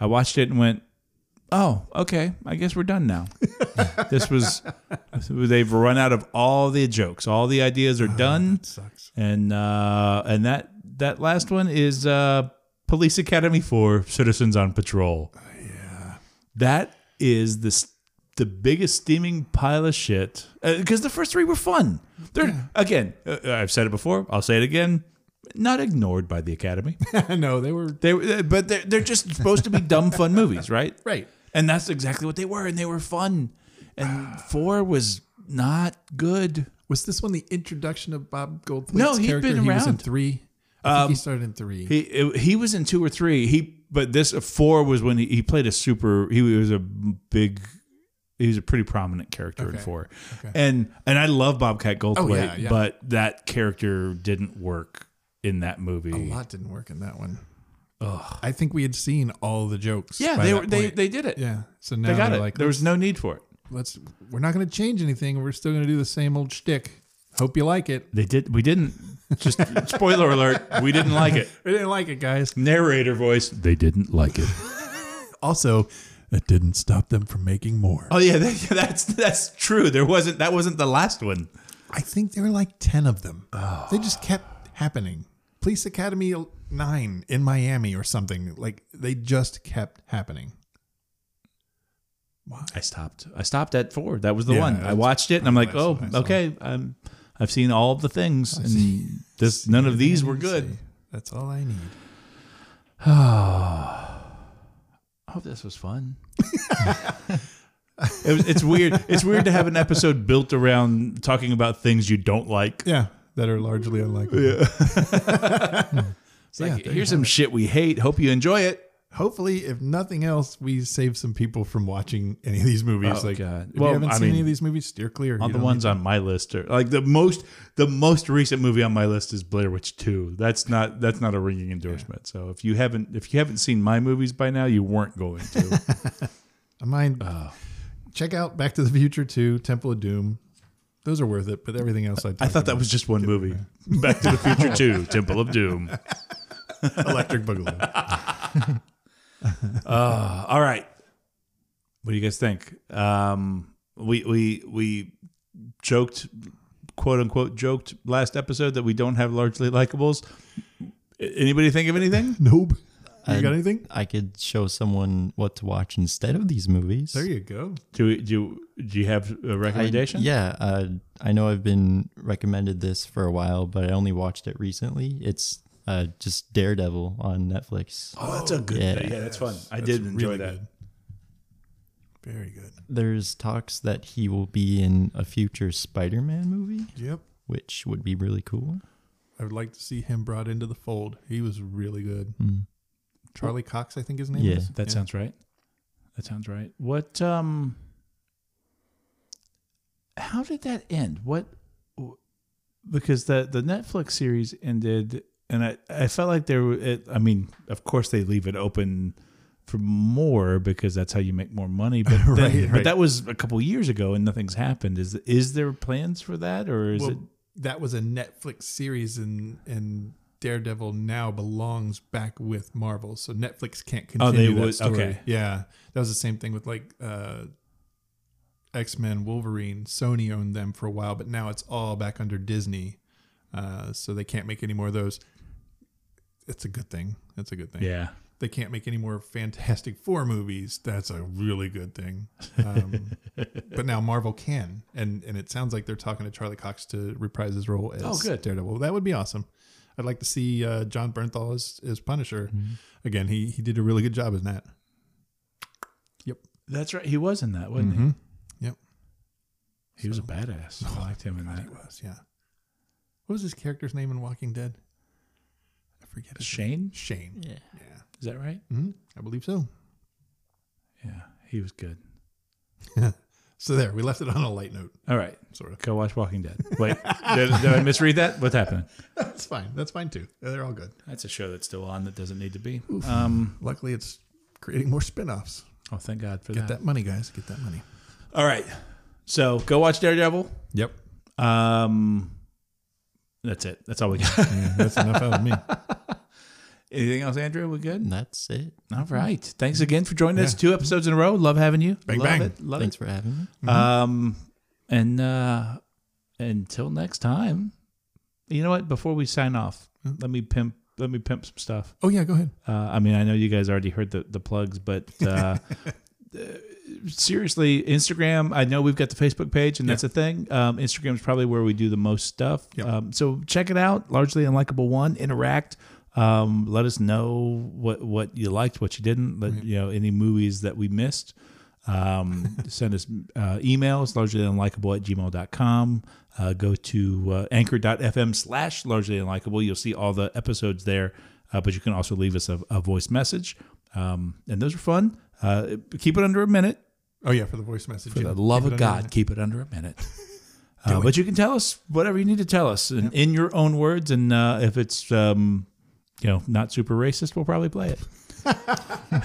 I watched it and went, "Oh, okay, I guess we're done now." this was they've run out of all the jokes, all the ideas are done,
Sucks.
and uh, and that that last one is uh, Police Academy for Citizens on Patrol. That is the s- the biggest steaming pile of shit. Because the first three were fun. They're again. Uh, I've said it before. I'll say it again. Not ignored by the Academy.
no, they were
They, were- but they're they're just supposed to be dumb fun movies, right?
Right.
And that's exactly what they were, and they were fun. And four was not good.
Was this one the introduction of Bob Goldthwait's
No, he'd
character?
been
He was in
around.
three. I think Um, he started in three.
He it- he was in two or three. He but this uh, four was when he, he played a super. He was a big. He was a pretty prominent character in
Okay.
four,
Okay.
and and I love Bobcat Goldthwait,
yeah, yeah.
but that character didn't work in that movie.
a lot didn't work in that one. I think we had seen all the jokes.
Yeah,
by
they
that
were, they
point.
they did it.
yeah. So now
They got
they're
it.
like,
there was no need for it.
let's we're not going to change anything. We're still going to do the same old shtick. Hope you like it.
They did. We didn't. Just spoiler alert. We didn't like it.
We didn't like it, guys.
Narrator voice. They didn't like it.
Also, that didn't stop them from making more.
Oh yeah, that, that's that's true. There wasn't that wasn't the last one.
I think there were like 10 of them.
Oh.
They just kept happening. Police Academy 9 in Miami or something. Like they just kept happening.
I stopped. I stopped at four. That was the
Yeah,
one. I
that's-
watched it and I'm like,
I saw-
oh,
I saw.
okay. I'm, I've seen all of the things,
see.
and this none of these were good.
That's all I need.
Oh, this was fun. it was, it's weird. It's weird to have an episode built around talking about things you don't like.
Yeah, that are largely unlikely. Yeah.
It's like, here's some shit we hate. Hope you enjoy it.
Hopefully, if nothing else, we save some people from watching any of these movies.
Oh,
like,
God.
if
Well,
you haven't
I
seen
mean,
any of these movies, steer clear.
All
You
the
don't
ones on my list are like the most. The most recent movie on my list is Blair Witch Two. That's not that's not a ringing endorsement. So if you haven't if you haven't seen my movies by now, you weren't going to.
need- Mine.
Oh.
Check out Back to the Future 2, Temple of Doom. Those are worth it, but everything else I,
I thought that was just one movie. Back to the Future 2, Temple of Doom.
Electric Boogaloo.
Uh, All right. What do you guys think? Um, we we we joked quote unquote joked last episode that we don't have largely likables. Anybody think of anything?
nope. You
I-
got anything?
I could show someone what to watch instead of these movies.
There you go.
Do we, do do you have a
I-
recommendation?
yeah, uh, I know I've been recommended this for a while, but I only watched it recently. It's uh, just Daredevil on Netflix.
Oh, that's a good.
Yeah.
yeah that's fun. I did enjoy that.
Good. Very good.
There's talks that he will be in a future Spider-Man movie,
Yep.
which would be really cool.
I would like to see him brought into the fold. He was really good.
Hmm.
Charlie Cox, I think his name
Yeah.
is.
That sounds right. That sounds right. What um how did that end? What because the the Netflix series ended and I I felt like there were it, I mean, of course they leave it open for more because that's how you make more money but then-
Right,
but
right.
that was a couple years ago and nothing's happened is is there plans for that or is
Well,
it
that was a Netflix series, and and Daredevil now belongs back with Marvel, so Netflix can't continue
Oh, they
that
would-
story.
okay.
Yeah, that was the same thing with like uh, X Men, Wolverine. Sony owned them for a while, but now it's all back under Disney, uh, so they can't make any more of those. It's a good thing. That's a good thing.
yeah
they can't make any more Fantastic Four movies. That's a really good thing. Um, but now Marvel can, and and it sounds like they're talking to Charlie Cox to reprise his role as
Oh, good.
Daredevil. That would be awesome. I'd like to see uh, John Bernthal as, as Punisher.
Mm-hmm.
Again, he he did a really good job in that. Yep,
that's right he was in that wasn't
yep,
he he was a badass Mm-hmm. I liked him in that
he was. Yeah. What was his character's name in Walking Dead? I forget. His
Shane
Shane. Yeah, yeah,
is that right
hmm I believe so.
yeah he was good
So there, we left it on a light note.
All right.
Sort of.
Go watch Walking Dead. Wait, did, did I misread that? What's happening?
That's fine. That's fine too. They're all good.
That's a show that's still on that doesn't need to be. Um,
Luckily, it's creating more spin-offs.
oh, thank God for
Get
that.
that money, guys. Get that money.
All right. So go watch Daredevil.
Yep.
Um, that's it. That's all we got.
that's enough out of me.
Anything else, Andrew? We good?
And that's it.
All right. Thanks again for joining us.
Yeah.
Two episodes in a row. Love having you.
Bang,
Love
bang.
it. Love
Thanks for having me.
it. Um, and uh, until next time, you know what? Before we sign off, let me pimp. Let me pimp some stuff.
Oh, yeah, go ahead.
Uh, I mean, I know you guys already heard the, the plugs, but uh, uh, seriously, Instagram. I know we've got the Facebook page, and that's a thing. Um, Instagram is probably where we do the most stuff.
Yep.
Um, so check it out. Largely unlikable one. Interact. Um, let us know what what you liked, what you didn't. Let you know any movies that we missed. Um, send us uh, emails, largely unlikable at gmail.com. Uh, go to uh, anchor.fm slash largely unlikable. You'll see all the episodes there, uh, but you can also leave us a, a voice message. Um, and those are fun. Uh, keep it under a minute.
Oh, yeah, for the voice message.
For the love of God, keep it under a minute. Uh, but you can tell us whatever you need to tell us in, in your own words. And uh, if it's um, you know, not super racist, we'll probably play it.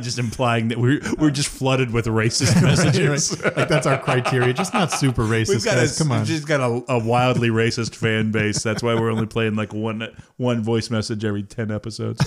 just implying that we're we're just flooded with racist messages.
Right? Like that's our criteria. Just not super
We've
racist
got
guys.
a,
Come on.
just got a, a wildly racist fan base. That's why we're only playing like one one voice message every ten episodes.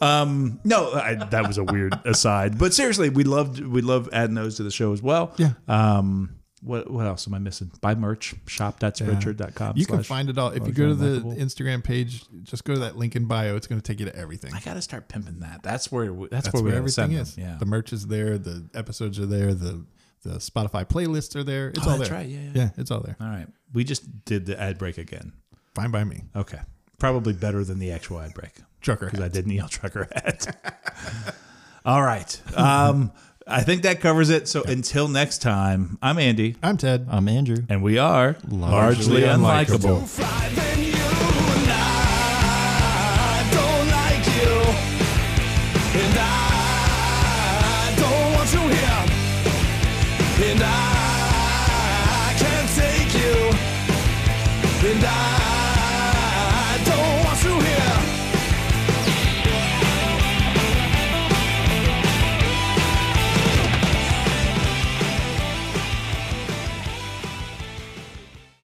Um, no, I, that was a weird aside. But seriously, we loved we love adding those to the show as well.
Yeah.
Um, what what else am I missing? Buy merch shop.spreadshirt.com.
you can
slash
find it all if you
large
go to the
unlikable.
Instagram page. Just go to that link in bio. It's going to take you to everything.
I gotta start pimping that. That's where we- that's,
That's
where, we
where,
gotta
everything
send them.
is.
Yeah.
The merch is there. The episodes are there. The the Spotify playlists are there. It's
Oh,
all
that's
there.
right. Yeah, yeah.
yeah, it's all there.
all right, we just did the ad break again.
Fine by me.
Okay, probably better than the actual ad break.
Trucker.
because Uh, I didn't yell trucker hat. All right. Um, I think that covers it. So until next time, I'm Andy,
I'm Ted.
I'm Andrew.
and we are largely,
Largely
unlikable.
fly than you and I don't like you and I don't want you here and I can't take you and I